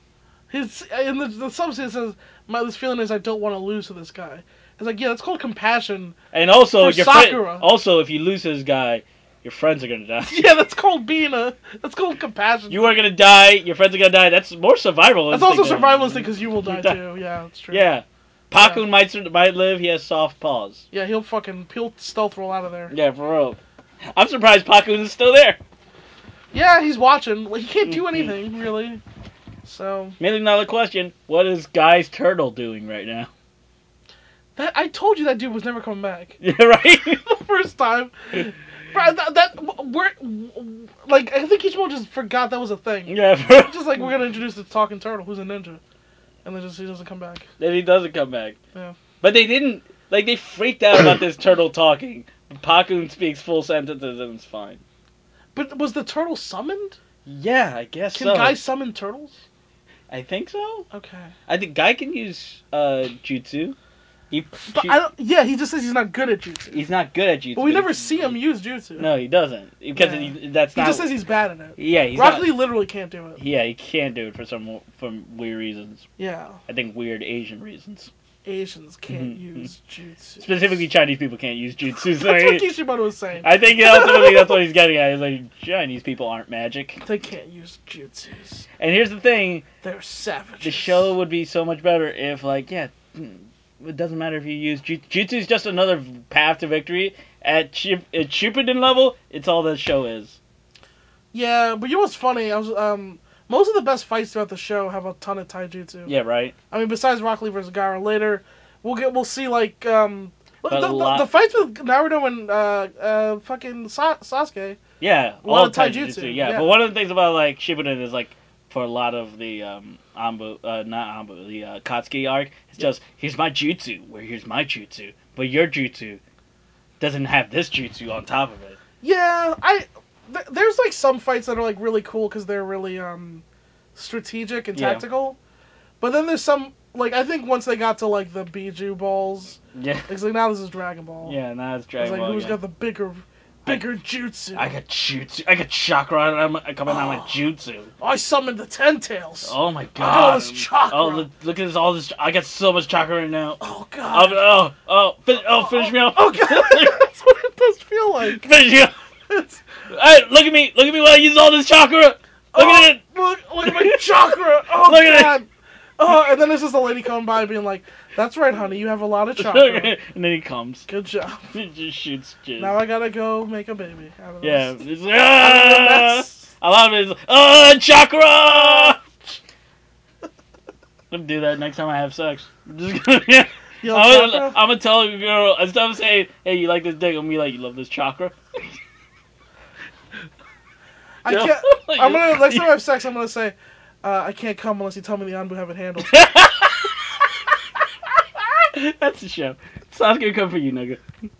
B: His in the, the substance says my this feeling is I don't want to lose to this guy. It's like yeah, that's called compassion. [laughs]
A: And also,
B: For
A: your fri-
B: Sakura.
A: also if you lose this guy, your friends are gonna die.
B: Yeah, that's called being a. That's called compassion.
A: You are gonna die. Your friends are gonna die. That's more survival.
B: that's
A: instinct
B: also
A: than-
B: survivalist because
A: [laughs]
B: you will die
A: You die.
B: too. Yeah, that's true.
A: Yeah, Paku might sur- might live. He has soft paws.
B: Yeah, he'll fucking he'll stealth roll out of there.
A: Yeah, for real. I'm surprised Paku is still there.
B: Yeah, he's watching. Like, he can't do
A: Mhm.
B: anything really. So
A: Maybe another question: What is Guy's turtle doing right now? [laughs]
B: that I told you that dude was never coming back.
A: Yeah, right. [laughs]
B: [laughs] the first time. Bro, that, that we're like I think Ichiban just forgot that was a thing.
A: yeah, for
B: [laughs]
A: real.
B: Just like we're gonna introduce the talking turtle who's a ninja, and then just he doesn't come back.
A: Then he doesn't come back.
B: Yeah.
A: But they didn't. Like they freaked out about this turtle talking. Paku speaks full sentences and it's fine.
B: But was the turtle summoned?
A: Yeah, I guess
B: Can
A: so.
B: guys summon turtles?
A: I think so.
B: Okay,
A: I think Guy can use uh, jutsu. He,
B: but
A: he-
B: I don't. Yeah, he just says he's not good at jutsu.
A: he's not good at jutsu.
B: But we
A: he-
B: never see him use jutsu.
A: No, he doesn't because
B: Yeah.
A: he, that's
B: he
A: not.
B: just says he's bad at it.
A: yeah, he's
B: Rock
A: not-
B: Lee literally can't do it.
A: Yeah, he can't do it for some for weird reasons.
B: Yeah,
A: I think weird Asian reasons.
B: Asians can't
A: Mhm.
B: use jutsu.
A: Specifically, Chinese people can't use jutsu. So
B: that's what
A: he-
B: Kishimoto was saying.
A: I think ultimately that's what he's getting at. He's like, Chinese people aren't magic.
B: They can't use jutsus.
A: And here's the thing:
B: They're savages.
A: the show would be so much better if, like, yeah, mm, it doesn't matter if you use jutsu. Jutsu is just another path to victory. At Shu- at Shippuden level, it's all the show is.
B: Yeah, but you know what's funny? I was um most of the best fights throughout the show have a ton of taijutsu.
A: Yeah, right.
B: I mean, besides Rock Lee versus Gara later, we'll get we'll see like um the,
A: But a
B: the,
A: lot-
B: the fights with Naruto and uh uh fucking Sa- Sasuke.
A: Yeah,
B: A lot
A: all
B: of
A: taijutsu.
B: taijutsu,
A: yeah.
B: yeah.
A: but one of the things about like Shippuden is like for a lot of the um Ambu, uh, not Ambu, the uh, Katsuki arc, it's just here's my jutsu, where here's my jutsu, but your jutsu doesn't have this jutsu on top of it.
B: Yeah, I th- there's like some fights that are like really cool because they're really um strategic and
A: Yeah.
B: tactical, but then there's some like I think once they got to like the Biju balls,
A: Yeah,
B: it's like now this is Dragon Ball.
A: yeah. Now it's
B: it's
A: Dragon
B: like
A: Ball.
B: who's
A: again.
B: got the bigger, bigger jutsu?
A: I got jutsu. I got chakra. and I'm I come in. I'm a
B: [gasps]
A: jutsu.
B: I summoned the Ten Tails.
A: Oh my god!
B: all this chakra.
A: Oh, look, look at this! All this. I got so much chakra right now.
B: Oh,
A: Oh,
B: god.
A: oh, oh, fin- oh, finish me off. [laughs]
B: Oh god, that's what it does feel like.
A: finish me off.
B: It's,
A: Hey, look at me. Look at me while I use all this chakra. Look
B: oh,
A: at it.
B: Look, look at my
A: [laughs]
B: chakra. Oh
A: Look at it.
B: god. Oh, and then there's just a lady coming by being like, "That's right, honey. You have
A: [laughs]
B: a lot of chakra.
A: and then he comes.
B: Good job."
A: He just shoots jizz.
B: Now I gotta go make a baby. I don't know.
A: yeah. It's, [laughs]
B: I
A: ah,
B: that's-
A: a lot of it is, ah,
B: [laughs]
A: chakra! I'm gonna do that next time I have sex. [laughs] I'm just gonna, yeah.
B: You know,
A: I'm, gonna,
B: chakra?
A: I'm gonna tell a girl, instead of saying, hey, you like this dick, I'm gonna be like, you love this chakra? [laughs]
B: I can't. I'm gonna next time I have sex. I'm gonna say, uh, I can't come unless you tell me the anbu haven't handled.
A: [laughs] That's the show. Sasuke, come for you, nigga.